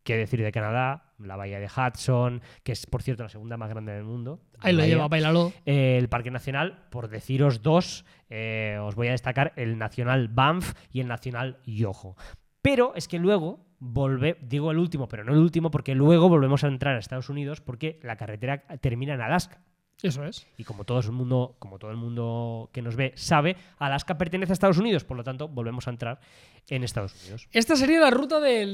[SPEAKER 1] ¿Qué decir de Canadá? La bahía de Hudson, que es, por cierto, la segunda más grande del mundo.
[SPEAKER 2] Ahí lo
[SPEAKER 1] Bahía.
[SPEAKER 2] lleva, bailalo.
[SPEAKER 1] Eh, el Parque Nacional, por deciros dos, eh, os voy a destacar el Nacional Banff y el Nacional Yoho. Pero es que luego volve, digo el último, pero no el último, porque luego volvemos a entrar a Estados Unidos porque la carretera termina en Alaska.
[SPEAKER 2] Eso es.
[SPEAKER 1] Y como todo el mundo, como todo el mundo que nos ve sabe, Alaska pertenece a Estados Unidos, por lo tanto, volvemos a entrar en Estados Unidos.
[SPEAKER 2] Esta sería la ruta de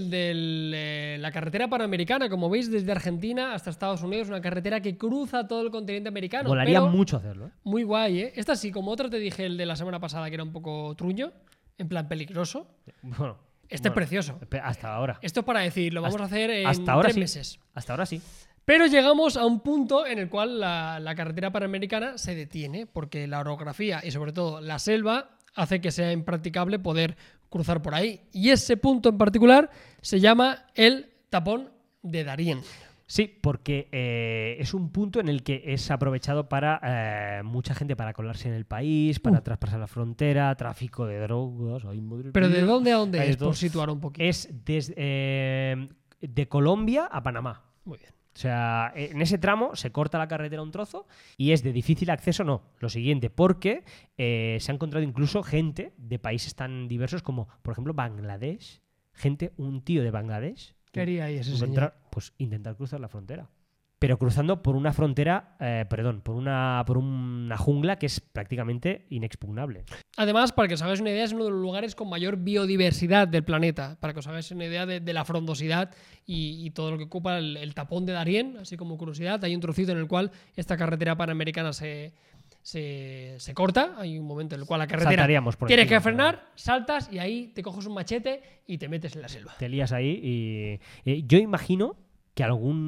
[SPEAKER 2] la carretera panamericana, como veis, desde Argentina hasta Estados Unidos, una carretera que cruza todo el continente americano.
[SPEAKER 1] Volaría
[SPEAKER 2] pero
[SPEAKER 1] mucho hacerlo. ¿eh?
[SPEAKER 2] Muy guay, ¿eh? Esta sí, como otra te dije, el de la semana pasada, que era un poco truño, en plan peligroso.
[SPEAKER 1] Bueno,
[SPEAKER 2] Este
[SPEAKER 1] bueno,
[SPEAKER 2] es precioso.
[SPEAKER 1] pe- hasta ahora.
[SPEAKER 2] Esto es para decir, lo vamos a hacer en
[SPEAKER 1] hasta ahora
[SPEAKER 2] tres
[SPEAKER 1] sí.
[SPEAKER 2] meses.
[SPEAKER 1] Hasta ahora sí.
[SPEAKER 2] Pero llegamos a un punto en el cual la, la carretera panamericana se detiene, porque la orografía y sobre todo la selva hace que sea impracticable poder cruzar por ahí. Y ese punto en particular se llama el tapón de Darién.
[SPEAKER 1] Sí, porque eh, es un punto en el que es aprovechado para eh, mucha gente para colarse en el país, para traspasar la frontera, tráfico de drogas. ay, madre
[SPEAKER 2] Pero
[SPEAKER 1] mía.
[SPEAKER 2] ¿de dónde a dónde
[SPEAKER 1] Ahí
[SPEAKER 2] es?
[SPEAKER 1] está.
[SPEAKER 2] Por situar un poquito.
[SPEAKER 1] Es desde, eh, de Colombia a Panamá.
[SPEAKER 2] Muy bien.
[SPEAKER 1] O sea, en ese tramo se corta la carretera un trozo y es de difícil acceso, no, lo siguiente, porque eh, se ha encontrado incluso gente de países tan diversos como, por ejemplo, Bangladesh. Gente, un tío de Bangladesh.
[SPEAKER 2] ¿Qué haría ahí ese señor?
[SPEAKER 1] encontrar- pues intentar cruzar la frontera. Pero cruzando por una frontera, eh, perdón, por una, por una jungla que es prácticamente inexpugnable.
[SPEAKER 2] Además, para que os hagáis una idea, es uno de los lugares con mayor biodiversidad del planeta. Para que os hagáis una idea de, de la frondosidad y, y todo lo que ocupa el, el tapón de Darién, así como curiosidad, hay un trocito en el cual esta carretera panamericana se, se, se corta. Hay un momento en el cual la carretera.
[SPEAKER 1] Saltaríamos por
[SPEAKER 2] Tienes
[SPEAKER 1] encima,
[SPEAKER 2] que frenar, saltas y ahí te coges un machete y te metes en la selva.
[SPEAKER 1] Te lías ahí y eh, yo imagino que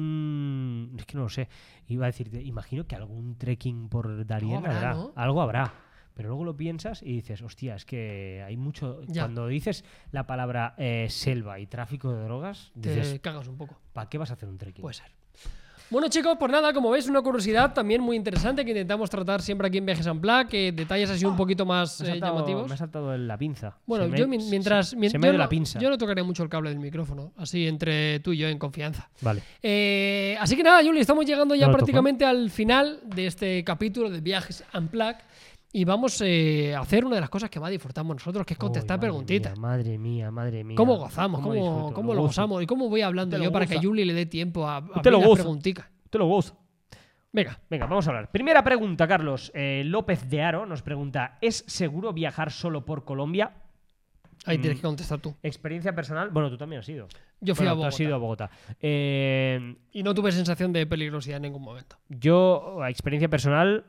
[SPEAKER 1] algún... Es que no lo sé. Iba a decirte, imagino que algún trekking por Darien
[SPEAKER 2] Algo habrá,
[SPEAKER 1] habrá.
[SPEAKER 2] ¿no?
[SPEAKER 1] Algo habrá. Pero luego lo piensas y dices, hostia, es que hay mucho...
[SPEAKER 2] Ya.
[SPEAKER 1] Cuando dices la palabra eh, selva y tráfico de drogas,
[SPEAKER 2] Te Pues
[SPEAKER 1] dices,
[SPEAKER 2] cagas un poco.
[SPEAKER 1] ¿para qué vas a hacer un trekking?
[SPEAKER 2] Puede ser. Bueno chicos, pues nada, como veis, una curiosidad también muy interesante que intentamos tratar siempre aquí en Viajes en Black, que detalles así un poquito más
[SPEAKER 1] me, ha
[SPEAKER 2] eh,
[SPEAKER 1] saltado,
[SPEAKER 2] llamativos.
[SPEAKER 1] Ah, me ha saltado en la pinza.
[SPEAKER 2] Bueno,
[SPEAKER 1] Se me-
[SPEAKER 2] yo mi- mientras.
[SPEAKER 1] Se,
[SPEAKER 2] mien-
[SPEAKER 1] se
[SPEAKER 2] yo
[SPEAKER 1] me ha ido
[SPEAKER 2] no,
[SPEAKER 1] la pinza.
[SPEAKER 2] yo no tocaré mucho el cable del micrófono, así entre tú y yo en confianza.
[SPEAKER 1] Vale.
[SPEAKER 2] Eh, así que nada, Juli, estamos llegando ya
[SPEAKER 1] No lo toco.
[SPEAKER 2] prácticamente al final de este capítulo de Viajes Unplugged y vamos eh, a hacer una de las cosas que más disfrutamos nosotros, que es contestar
[SPEAKER 1] Uy, madre
[SPEAKER 2] preguntitas.
[SPEAKER 1] mía, madre mía, madre mía.
[SPEAKER 2] ¿Cómo gozamos? ¿Cómo,
[SPEAKER 1] disfruto?
[SPEAKER 2] cómo lo
[SPEAKER 1] gozo.
[SPEAKER 2] gozamos? ¿Y cómo voy hablando
[SPEAKER 1] Te lo
[SPEAKER 2] yo para que
[SPEAKER 1] goza.
[SPEAKER 2] Juli le dé tiempo a, a
[SPEAKER 1] te lo
[SPEAKER 2] abrir las
[SPEAKER 1] goza.
[SPEAKER 2] preguntitas?
[SPEAKER 1] Te lo gozo.
[SPEAKER 2] Venga.
[SPEAKER 1] Venga, vamos a hablar. Primera pregunta, Carlos. Eh, López de Aro nos pregunta: ¿Es seguro viajar solo por Colombia?
[SPEAKER 2] Ahí
[SPEAKER 1] Mm.
[SPEAKER 2] tienes que contestar tú.
[SPEAKER 1] Experiencia personal. Bueno, tú también has ido.
[SPEAKER 2] Yo fui
[SPEAKER 1] Bueno,
[SPEAKER 2] a Bogotá
[SPEAKER 1] Tú has ido a Bogotá. Eh,
[SPEAKER 2] y no tuve sensación de peligrosidad en ningún momento.
[SPEAKER 1] yo, a experiencia personal,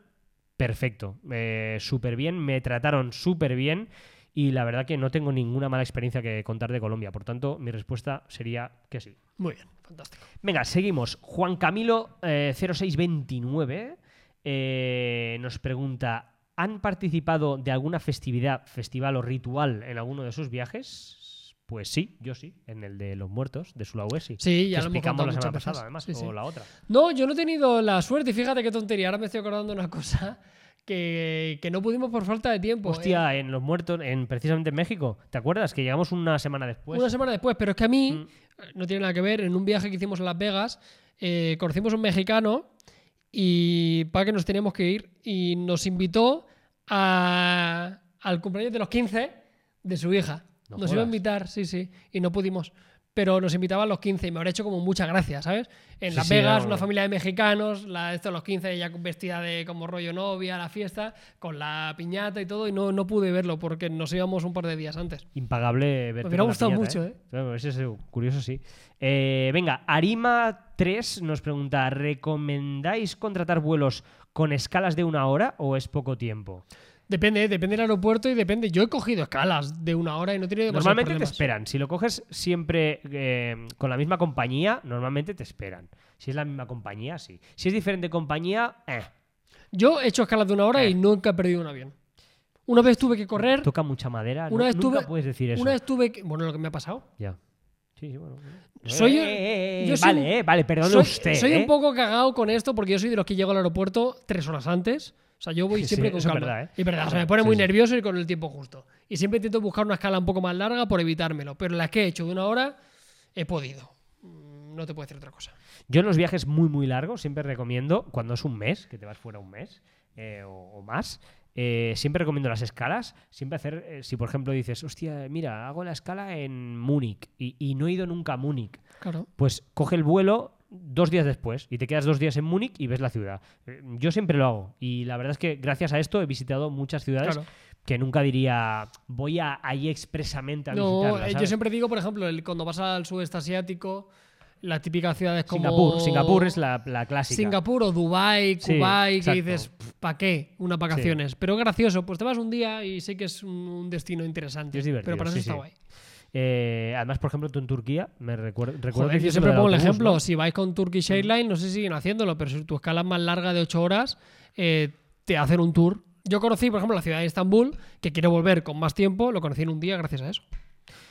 [SPEAKER 1] perfecto. Eh, súper bien. Me trataron súper bien. Y la verdad que no tengo ninguna mala experiencia que contar de Colombia. Por tanto, mi respuesta sería que sí.
[SPEAKER 2] Muy bien, fantástico.
[SPEAKER 1] Venga, seguimos. Juan Camilo eh, 0629 eh, nos pregunta: ¿Han participado de alguna festividad, festival o ritual en alguno de sus viajes? Pues sí, yo sí, en el de los muertos de Sulawesi.
[SPEAKER 2] Sí, ya
[SPEAKER 1] que
[SPEAKER 2] lo hemos
[SPEAKER 1] explicamos
[SPEAKER 2] contado
[SPEAKER 1] la
[SPEAKER 2] muchas
[SPEAKER 1] semana
[SPEAKER 2] veces.
[SPEAKER 1] pasada, además,
[SPEAKER 2] Sí, sí.
[SPEAKER 1] o la otra.
[SPEAKER 2] No, yo no he tenido la suerte, y fíjate qué tontería. Ahora me estoy acordando de una cosa que, que no pudimos por falta de tiempo. eh,
[SPEAKER 1] Hostia, en los muertos, en precisamente en México, ¿te acuerdas? Que llegamos una semana después.
[SPEAKER 2] una semana después, pero es que a mí,
[SPEAKER 1] Mm.
[SPEAKER 2] eh, no tiene nada que ver, en un viaje que hicimos a Las Vegas, eh, conocimos a un mexicano y para que nos teníamos que ir y nos invitó a- al cumpleaños de los 15 de su hija.
[SPEAKER 1] No
[SPEAKER 2] nos iba a
[SPEAKER 1] jodas.
[SPEAKER 2] invitar, sí, sí, y no pudimos. Pero nos invitaban los 15 y me habría hecho como mucha gracia, ¿sabes? En
[SPEAKER 1] Sí,
[SPEAKER 2] Las
[SPEAKER 1] sí,
[SPEAKER 2] Vegas,
[SPEAKER 1] era-
[SPEAKER 2] una familia de mexicanos, la, esto a los 15 ella vestida de como rollo novia, la fiesta, con la piñata y todo, y no, no pude verlo porque nos íbamos un par de días antes.
[SPEAKER 1] Impagable verte.
[SPEAKER 2] Pues Me hubiera
[SPEAKER 1] con la
[SPEAKER 2] gustado
[SPEAKER 1] piñata,
[SPEAKER 2] mucho, ¿eh?
[SPEAKER 1] Claro, ese es curioso, sí. Eh, venga, Arima3 nos pregunta: ¿recomendáis contratar vuelos con escalas de una hora o es poco tiempo?
[SPEAKER 2] Depende, ¿eh? depende del aeropuerto y depende. Yo he cogido escalas de una hora y no tiene
[SPEAKER 1] Normalmente te esperan. Si lo coges siempre eh, con la misma compañía, normalmente te esperan. Si es la misma compañía, sí. Si es diferente compañía, eh,
[SPEAKER 2] Yo he hecho escalas de una hora
[SPEAKER 1] Eh.
[SPEAKER 2] y nunca he perdido un avión. Una vez tuve que correr,
[SPEAKER 1] toca mucha madera.
[SPEAKER 2] Una
[SPEAKER 1] no-
[SPEAKER 2] vez
[SPEAKER 1] nunca
[SPEAKER 2] tuve-
[SPEAKER 1] puedes decir eso.
[SPEAKER 2] una vez tuve que. Bueno, lo que me ha pasado.
[SPEAKER 1] Ya. Sí, sí, bueno. bueno.
[SPEAKER 2] Soy-
[SPEAKER 1] Eh, eh, eh,
[SPEAKER 2] yo soy
[SPEAKER 1] vale,
[SPEAKER 2] un-
[SPEAKER 1] eh, vale, perdone
[SPEAKER 2] soy
[SPEAKER 1] usted.
[SPEAKER 2] soy
[SPEAKER 1] eh.
[SPEAKER 2] un poco cagado con esto porque yo soy de los que llego al aeropuerto tres horas antes. O sea, yo voy
[SPEAKER 1] (laughs) Sí,
[SPEAKER 2] siempre
[SPEAKER 1] sí,
[SPEAKER 2] con
[SPEAKER 1] eso es
[SPEAKER 2] calma.
[SPEAKER 1] verdad, ¿eh?
[SPEAKER 2] Y es verdad, o sea, me pone
[SPEAKER 1] Sí,
[SPEAKER 2] muy
[SPEAKER 1] sí.
[SPEAKER 2] nervioso y con el tiempo justo. Y siempre intento buscar una escala un poco más larga por evitármelo. Pero las que he hecho de una hora, he podido. Mm, No te puedo decir otra cosa.
[SPEAKER 1] Yo en los viajes muy, muy largos siempre recomiendo, cuando es un mes, que te vas fuera un mes eh, o, o más, eh, siempre recomiendo las escalas. Siempre hacer, eh, si por ejemplo dices, hostia, mira, hago la escala en Múnich y, y no he ido nunca a Múnich,
[SPEAKER 2] Claro.
[SPEAKER 1] pues coge el vuelo dos días después y te quedas dos días en Múnich y ves la ciudad. Eh, Yo siempre lo hago y la verdad es que gracias a esto he visitado muchas ciudades
[SPEAKER 2] Claro.
[SPEAKER 1] que nunca diría, voy a ahí expresamente a
[SPEAKER 2] No,
[SPEAKER 1] visitarla.
[SPEAKER 2] eh, yo
[SPEAKER 1] ¿sabes?
[SPEAKER 2] siempre digo, por ejemplo, el- cuando vas al sudeste asiático, las típicas ciudades como.
[SPEAKER 1] Singapur, Singapur es la, la clásica.
[SPEAKER 2] Singapur o Dubai,
[SPEAKER 1] Sí,
[SPEAKER 2] Kuwait, que
[SPEAKER 1] exacto.
[SPEAKER 2] dices, ¿para qué? Unas vacaciones. Pero gracioso, pues te vas un día y sé que es un- un destino interesante.
[SPEAKER 1] Es divertido,
[SPEAKER 2] pero para eso
[SPEAKER 1] sí,
[SPEAKER 2] está
[SPEAKER 1] sí.
[SPEAKER 2] guay.
[SPEAKER 1] Eh, además, por ejemplo, tú en Turquía, me recuerdo, recuerdo
[SPEAKER 2] Joder,
[SPEAKER 1] que
[SPEAKER 2] yo
[SPEAKER 1] hiciste lo
[SPEAKER 2] siempre
[SPEAKER 1] del
[SPEAKER 2] pongo el
[SPEAKER 1] autobús,
[SPEAKER 2] ejemplo,
[SPEAKER 1] ¿no? Mm.
[SPEAKER 2] si vais con Turkish Airlines, no sé si siguen haciéndolo, pero si tu escala es más larga de 8 horas, eh, te hacen un tour. Yo conocí, por ejemplo, la ciudad de Estambul, que quiero volver con más tiempo, lo conocí en un día gracias a eso.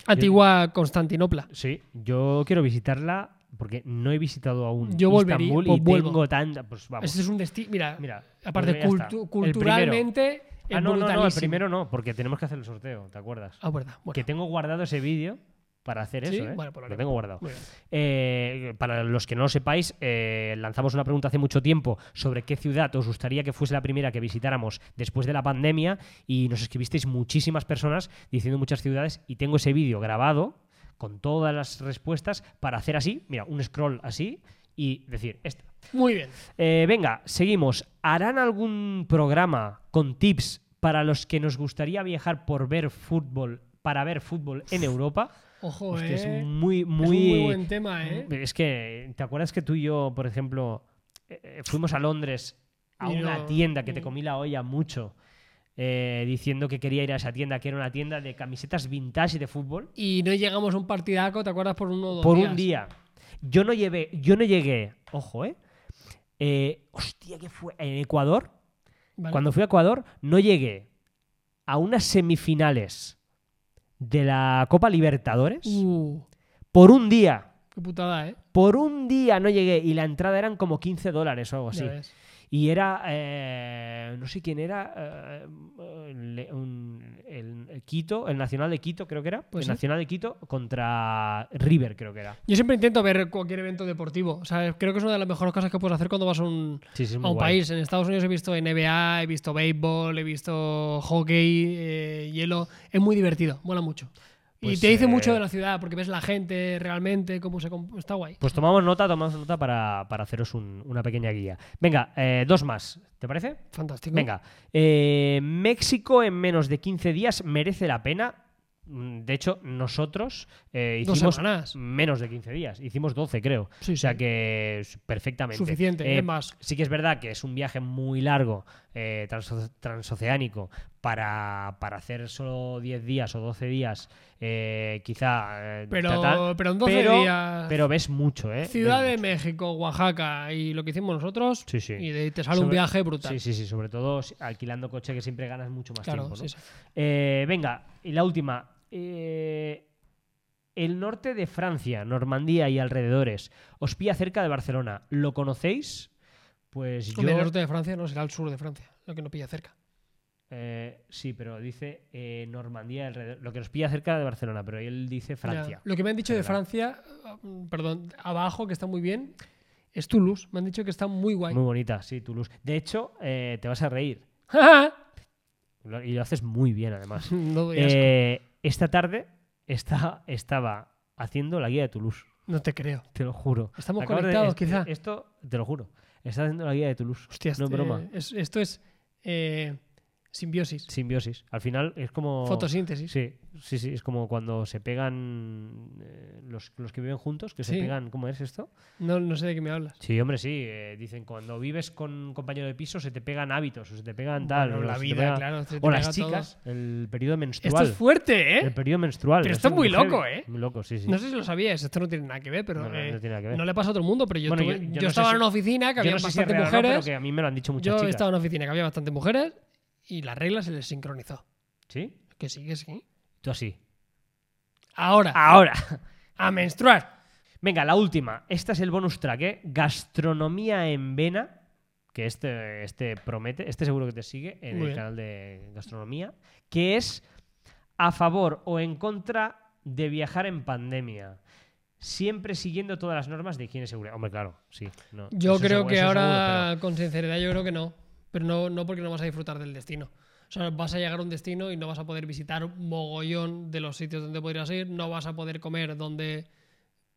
[SPEAKER 2] Antigua Constantinopla.
[SPEAKER 1] Sí, yo quiero visitarla porque no he visitado aún
[SPEAKER 2] Yo volvería,
[SPEAKER 1] Istanbul
[SPEAKER 2] pues
[SPEAKER 1] y
[SPEAKER 2] vuelvo.
[SPEAKER 1] tengo tanta. Pues vamos.
[SPEAKER 2] Ese es un destino, mira,
[SPEAKER 1] Mira,
[SPEAKER 2] aparte
[SPEAKER 1] pues ya está.
[SPEAKER 2] cultu-
[SPEAKER 1] El
[SPEAKER 2] culturalmente es
[SPEAKER 1] Ah, no, no, no, el
[SPEAKER 2] brutalísimo.
[SPEAKER 1] primero no, porque tenemos que hacer el sorteo, ¿te acuerdas?
[SPEAKER 2] Ah, verdad. Bueno,
[SPEAKER 1] Que tengo guardado ese vídeo para hacer
[SPEAKER 2] Sí,
[SPEAKER 1] eso, ¿eh?
[SPEAKER 2] bueno, pues lo haremos.
[SPEAKER 1] tengo guardado.
[SPEAKER 2] muy bien.
[SPEAKER 1] Eh, para los que no lo sepáis, eh, lanzamos una pregunta hace mucho tiempo sobre qué ciudad os gustaría que fuese la primera que visitáramos después de la pandemia y nos escribisteis muchísimas personas diciendo muchas ciudades y tengo ese vídeo grabado con todas las respuestas para hacer así, mira, un scroll así y decir esta.
[SPEAKER 2] Muy bien.
[SPEAKER 1] Eh, venga, seguimos. ¿Harán algún programa con tips para los que nos gustaría viajar por ver fútbol, para ver fútbol en Europa?
[SPEAKER 2] Ojo,
[SPEAKER 1] Hostia, es
[SPEAKER 2] eh.
[SPEAKER 1] muy,
[SPEAKER 2] Es
[SPEAKER 1] muy,
[SPEAKER 2] un muy buen tema, ¿eh?
[SPEAKER 1] es que, ¿te acuerdas que tú y yo, por ejemplo, eh, eh, fuimos a Londres a
[SPEAKER 2] Y
[SPEAKER 1] una
[SPEAKER 2] no- mm.
[SPEAKER 1] tienda que te
[SPEAKER 2] y-
[SPEAKER 1] comí la olla mucho, eh, diciendo que quería ir a esa tienda, que era una tienda de camisetas vintage y de fútbol,
[SPEAKER 2] Y no llegamos a un partidaco, ¿te acuerdas? Por uno o dos
[SPEAKER 1] por
[SPEAKER 2] días.
[SPEAKER 1] un día? Yo no llevé, yo no llegué, ojo, ¿eh? Eh, hostia, ¿qué fue? En Ecuador,
[SPEAKER 2] Vale.
[SPEAKER 1] cuando fui a Ecuador, no llegué a unas semifinales de la Copa Libertadores
[SPEAKER 2] Uh,
[SPEAKER 1] por un día.
[SPEAKER 2] qué putada, ¿eh?
[SPEAKER 1] Por un día no llegué y la entrada eran como 15 dólares o algo
[SPEAKER 2] Ya
[SPEAKER 1] así.
[SPEAKER 2] ves.
[SPEAKER 1] Y era, eh, no sé quién era, eh, le- un- el, el Quito, el Nacional de Quito creo que era,
[SPEAKER 2] Pues
[SPEAKER 1] el
[SPEAKER 2] sí.
[SPEAKER 1] Nacional de Quito contra River creo que era.
[SPEAKER 2] Yo siempre intento ver cualquier evento deportivo. O sea, creo que es una de las mejores cosas que puedes hacer cuando vas a un,
[SPEAKER 1] Sí, sí, es
[SPEAKER 2] a
[SPEAKER 1] muy
[SPEAKER 2] un
[SPEAKER 1] guay.
[SPEAKER 2] país. En Estados Unidos he visto NBA, he visto béisbol, he visto hockey, eh, hielo. Es muy divertido, mola mucho.
[SPEAKER 1] Pues,
[SPEAKER 2] y te dice
[SPEAKER 1] eh,
[SPEAKER 2] mucho de la ciudad porque ves la gente realmente, cómo se. comp- Está guay.
[SPEAKER 1] Pues tomamos nota, tomamos nota para, para haceros un- una pequeña guía. Venga, eh, dos más, ¿te parece?
[SPEAKER 2] Fantástico.
[SPEAKER 1] Venga, eh, México en menos de 15 días merece la pena. Mm, De hecho, nosotros eh,
[SPEAKER 2] Dos
[SPEAKER 1] hicimos
[SPEAKER 2] semanas.
[SPEAKER 1] menos de 15 días, hicimos 12 creo.
[SPEAKER 2] Sí,
[SPEAKER 1] o sea
[SPEAKER 2] sí.
[SPEAKER 1] que es perfectamente.
[SPEAKER 2] Suficiente,
[SPEAKER 1] Eh,
[SPEAKER 2] es más.
[SPEAKER 1] Sí que es verdad que es un viaje muy largo, eh, transo- transoceánico, para, para hacer solo 10 días o 12 días, eh, quizá. eh, ta-
[SPEAKER 2] Pero,
[SPEAKER 1] tal,
[SPEAKER 2] pero en 12
[SPEAKER 1] pero-
[SPEAKER 2] días.
[SPEAKER 1] Pero ves mucho, ¿eh?
[SPEAKER 2] Ciudad
[SPEAKER 1] Ves
[SPEAKER 2] de
[SPEAKER 1] mucho.
[SPEAKER 2] México, Oaxaca y lo que hicimos nosotros.
[SPEAKER 1] Sí, sí.
[SPEAKER 2] Y de ahí te sale un
[SPEAKER 1] Sobre-
[SPEAKER 2] viaje brutal.
[SPEAKER 1] Sí, sí, sí, sobre todo si- alquilando coche que siempre ganas mucho más
[SPEAKER 2] claro,
[SPEAKER 1] tiempo. ¿no?
[SPEAKER 2] sí, sí.
[SPEAKER 1] Eh, venga, y la última. Eh, el norte de Francia, Normandía y alrededores, os pilla cerca de Barcelona. ¿Lo conocéis? Pues yo.
[SPEAKER 2] Hombre, el norte de Francia no será el sur de Francia, lo que no pilla cerca.
[SPEAKER 1] eh, sí, pero dice eh, Normandía y alrededor. Lo que nos pilla cerca de Barcelona, pero él dice Francia.
[SPEAKER 2] Ya. Lo que me han dicho de
[SPEAKER 1] General.
[SPEAKER 2] Francia, mm, perdón, abajo, que está muy bien, es Toulouse. Me han dicho que está muy guay.
[SPEAKER 1] Muy bonita, sí, Toulouse. De hecho, eh, te vas a reír. Lo- Y lo haces muy bien,
[SPEAKER 2] (laughs)
[SPEAKER 1] además.
[SPEAKER 2] (laughs) no, doy asco.
[SPEAKER 1] Eh, esta tarde está, estaba haciendo la guía de Toulouse.
[SPEAKER 2] No te creo.
[SPEAKER 1] Te lo juro.
[SPEAKER 2] Estamos
[SPEAKER 1] Acabas de- este?
[SPEAKER 2] conectados,
[SPEAKER 1] es-
[SPEAKER 2] quizá.
[SPEAKER 1] Esto, te lo juro. Está haciendo la guía de Toulouse.
[SPEAKER 2] Hostia,
[SPEAKER 1] no es
[SPEAKER 2] este-
[SPEAKER 1] broma.
[SPEAKER 2] es- esto es eh, simbiosis,
[SPEAKER 1] Simbiosis. Al final es como.
[SPEAKER 2] fotosíntesis.
[SPEAKER 1] Oh, Sí, sí, sí. Es como cuando se pegan eh, los, los que viven juntos, que se
[SPEAKER 2] Sí.
[SPEAKER 1] pegan. ¿Cómo es esto?
[SPEAKER 2] No, no sé de qué me hablas.
[SPEAKER 1] Sí, hombre, sí. eh, dicen cuando vives con un compañero de piso se te pegan hábitos o se te pegan tal.
[SPEAKER 2] Bueno,
[SPEAKER 1] o
[SPEAKER 2] la
[SPEAKER 1] se te
[SPEAKER 2] vida,
[SPEAKER 1] pega-
[SPEAKER 2] claro. se te
[SPEAKER 1] O las
[SPEAKER 2] pega todo.
[SPEAKER 1] chicas, el periodo menstrual.
[SPEAKER 2] Esto es fuerte, ¿eh?
[SPEAKER 1] El periodo menstrual.
[SPEAKER 2] Pero
[SPEAKER 1] no
[SPEAKER 2] está
[SPEAKER 1] sé,
[SPEAKER 2] muy
[SPEAKER 1] mujer,
[SPEAKER 2] loco, ¿eh?
[SPEAKER 1] Muy loco, sí, sí.
[SPEAKER 2] No sé si lo sabías, esto no tiene nada que ver, pero
[SPEAKER 1] No, no,
[SPEAKER 2] eh,
[SPEAKER 1] no tiene nada que ver.
[SPEAKER 2] no le pasa a todo el mundo, pero yo,
[SPEAKER 1] Bueno,
[SPEAKER 2] tuve-
[SPEAKER 1] yo- yo
[SPEAKER 2] yo
[SPEAKER 1] no sé
[SPEAKER 2] estaba en
[SPEAKER 1] si-
[SPEAKER 2] una oficina que
[SPEAKER 1] Yo
[SPEAKER 2] había
[SPEAKER 1] no sé si es
[SPEAKER 2] bastante
[SPEAKER 1] real o no,
[SPEAKER 2] mujeres.
[SPEAKER 1] pero que a mí me lo han dicho muchas
[SPEAKER 2] yo
[SPEAKER 1] chicas.
[SPEAKER 2] estaba en una oficina que había bastante mujeres y la regla se les sincronizó.
[SPEAKER 1] ¿Sí?
[SPEAKER 2] Que sí, que sí.
[SPEAKER 1] Tú así.
[SPEAKER 2] Ahora,
[SPEAKER 1] Ahora.
[SPEAKER 2] a menstruar.
[SPEAKER 1] Venga, la última. Esta es el bonus track, ¿eh? Gastronomía en Vena que este, este promete, este seguro que te sigue en el
[SPEAKER 2] Muy bien.
[SPEAKER 1] canal de gastronomía, que es a favor o en contra de viajar en pandemia. Siempre siguiendo todas las normas de higiene y seguridad. Hombre, claro, sí. no,
[SPEAKER 2] Yo
[SPEAKER 1] eso
[SPEAKER 2] creo
[SPEAKER 1] seguro-
[SPEAKER 2] que
[SPEAKER 1] eso
[SPEAKER 2] ahora,
[SPEAKER 1] seguro,
[SPEAKER 2] con sinceridad, yo creo que no. Pero no, no porque no vas a disfrutar del destino. O sea, vas a llegar a un destino y no vas a poder visitar un mogollón de los sitios donde podrías ir, no vas a poder comer donde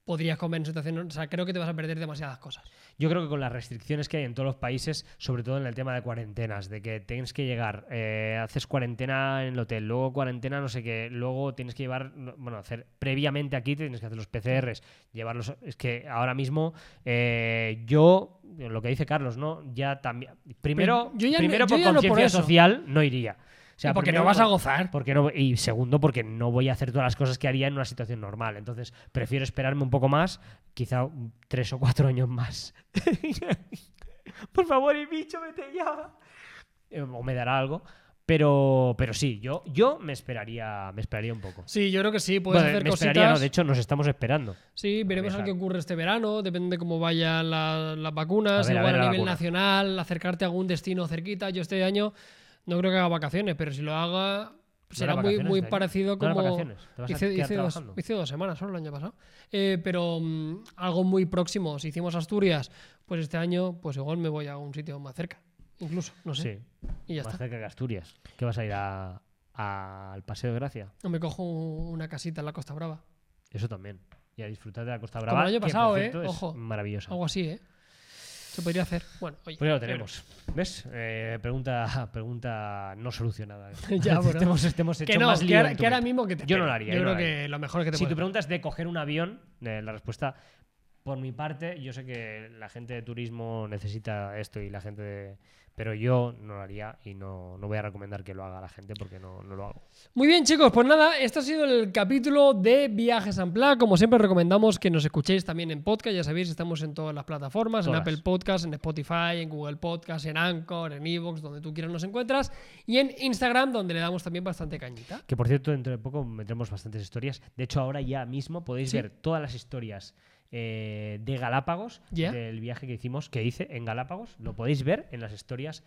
[SPEAKER 2] podrías comer en situaciones. O sea, creo que te vas a perder demasiadas cosas.
[SPEAKER 1] pero yo creo que con las restricciones que hay en todos los países, sobre todo en el tema de cuarentenas, de que tienes que llegar, eh, haces cuarentena en el hotel, luego cuarentena no sé qué, luego tienes que llevar, no, bueno, hacer previamente aquí tienes que hacer los PCRs, llevarlos. Es que ahora mismo eh, yo, lo que dice Carlos, ¿no? Ya también. Primero,
[SPEAKER 2] yo ya no-
[SPEAKER 1] primero
[SPEAKER 2] yo
[SPEAKER 1] por
[SPEAKER 2] ya no por
[SPEAKER 1] conciencia
[SPEAKER 2] eso.
[SPEAKER 1] social no iría. O
[SPEAKER 2] Y porque no
[SPEAKER 1] primero
[SPEAKER 2] vas a
[SPEAKER 1] por-
[SPEAKER 2] gozar.
[SPEAKER 1] porque no, y segundo, porque no voy a hacer todas las cosas que haría en una situación normal. Entonces, prefiero esperarme un poco más, quizá un- tres o cuatro años más. (laughs) Por favor, el bicho, vete ya. Eh, O me dará algo. Pero, pero sí, yo, yo me esperaría, me esperaría un poco.
[SPEAKER 2] Sí, yo creo que sí, puedes
[SPEAKER 1] Bueno,
[SPEAKER 2] hacer
[SPEAKER 1] me
[SPEAKER 2] cositas.
[SPEAKER 1] esperaría, no, de hecho, nos estamos esperando.
[SPEAKER 2] Sí, veremos a ver
[SPEAKER 1] Viajar.
[SPEAKER 2] qué ocurre este verano, depende de cómo vayan la- las vacunas,
[SPEAKER 1] A ver, a
[SPEAKER 2] igual a,
[SPEAKER 1] ver la
[SPEAKER 2] nivel
[SPEAKER 1] vacuna.
[SPEAKER 2] nacional, acercarte a algún destino cerquita. Yo este año no creo que haga vacaciones, pero si lo haga será muy,
[SPEAKER 1] vacaciones
[SPEAKER 2] muy
[SPEAKER 1] este año?
[SPEAKER 2] parecido
[SPEAKER 1] No era
[SPEAKER 2] como...
[SPEAKER 1] vacaciones, te vas a
[SPEAKER 2] hice,
[SPEAKER 1] quedar
[SPEAKER 2] hice dos,
[SPEAKER 1] trabajando.
[SPEAKER 2] hice dos semanas solo el año pasado, Eh, pero mm, algo muy próximo. Si hicimos Asturias, pues este año pues igual me voy a un sitio más cerca, incluso, no sé.
[SPEAKER 1] Sí,
[SPEAKER 2] Y ¿eh? ya
[SPEAKER 1] más
[SPEAKER 2] está.
[SPEAKER 1] cerca que Asturias. ¿Qué vas a ir a- a- al Paseo de Gracia?
[SPEAKER 2] O me cojo una casita en la Costa Brava,
[SPEAKER 1] Eso también. Y a disfrutar de la Costa
[SPEAKER 2] Como
[SPEAKER 1] Brava.
[SPEAKER 2] el año
[SPEAKER 1] que, por
[SPEAKER 2] pasado, ¿eh?
[SPEAKER 1] cierto, es
[SPEAKER 2] Ojo.
[SPEAKER 1] Maravillosa.
[SPEAKER 2] algo así, ¿eh? Se podría hacer. Bueno, oye.
[SPEAKER 1] Pues ya lo
[SPEAKER 2] veremos.
[SPEAKER 1] tenemos. ¿Ves? Eh, pregunta, pregunta no solucionada.
[SPEAKER 2] (laughs) Ya, bueno.
[SPEAKER 1] Te hemos, te hemos hecho
[SPEAKER 2] que no,
[SPEAKER 1] más
[SPEAKER 2] que
[SPEAKER 1] lío
[SPEAKER 2] ahora,
[SPEAKER 1] en tu
[SPEAKER 2] que ahora
[SPEAKER 1] mente.
[SPEAKER 2] mismo que te
[SPEAKER 1] Yo no
[SPEAKER 2] espera.
[SPEAKER 1] lo haría, yo
[SPEAKER 2] Yo,
[SPEAKER 1] no
[SPEAKER 2] creo
[SPEAKER 1] lo
[SPEAKER 2] que lo mejor es que te
[SPEAKER 1] Si
[SPEAKER 2] puede
[SPEAKER 1] tu
[SPEAKER 2] pasar.
[SPEAKER 1] pregunta es de coger un avión, eh, la respuesta, por mi parte, yo sé que la gente de turismo necesita esto y la gente de- Pero yo no lo haría y no, no voy a recomendar que lo haga la gente porque no, no lo hago.
[SPEAKER 2] Muy bien, chicos, pues nada, esto ha sido el capítulo de Viajes en Pla. Como siempre, recomendamos que nos escuchéis también en podcast. Ya sabéis, estamos en todas las plataformas:
[SPEAKER 1] Todas.
[SPEAKER 2] en Apple Podcast, en Spotify, en Google Podcast, en Anchor, en Evox, donde tú quieras nos encuentras. Y en Instagram, donde le damos también bastante cañita.
[SPEAKER 1] Que por cierto, dentro de poco metemos bastantes historias. De hecho, ahora ya mismo podéis
[SPEAKER 2] Sí.
[SPEAKER 1] ver todas las historias eh, de Galápagos,
[SPEAKER 2] Ya.
[SPEAKER 1] del viaje que hicimos, que hice en Galápagos. Lo podéis ver en las historias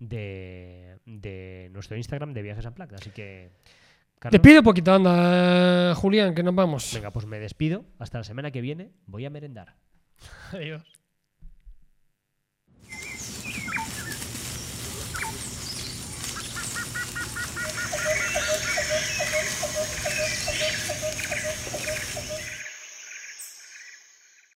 [SPEAKER 1] de, de nuestro Instagram de Viajes a Placa. Así que.
[SPEAKER 2] Te
[SPEAKER 1] Carlos,
[SPEAKER 2] pido poquito, anda, eh, Julián, que nos vamos.
[SPEAKER 1] Venga, pues me despido. Hasta la semana que viene. Voy a merendar.
[SPEAKER 2] Adiós.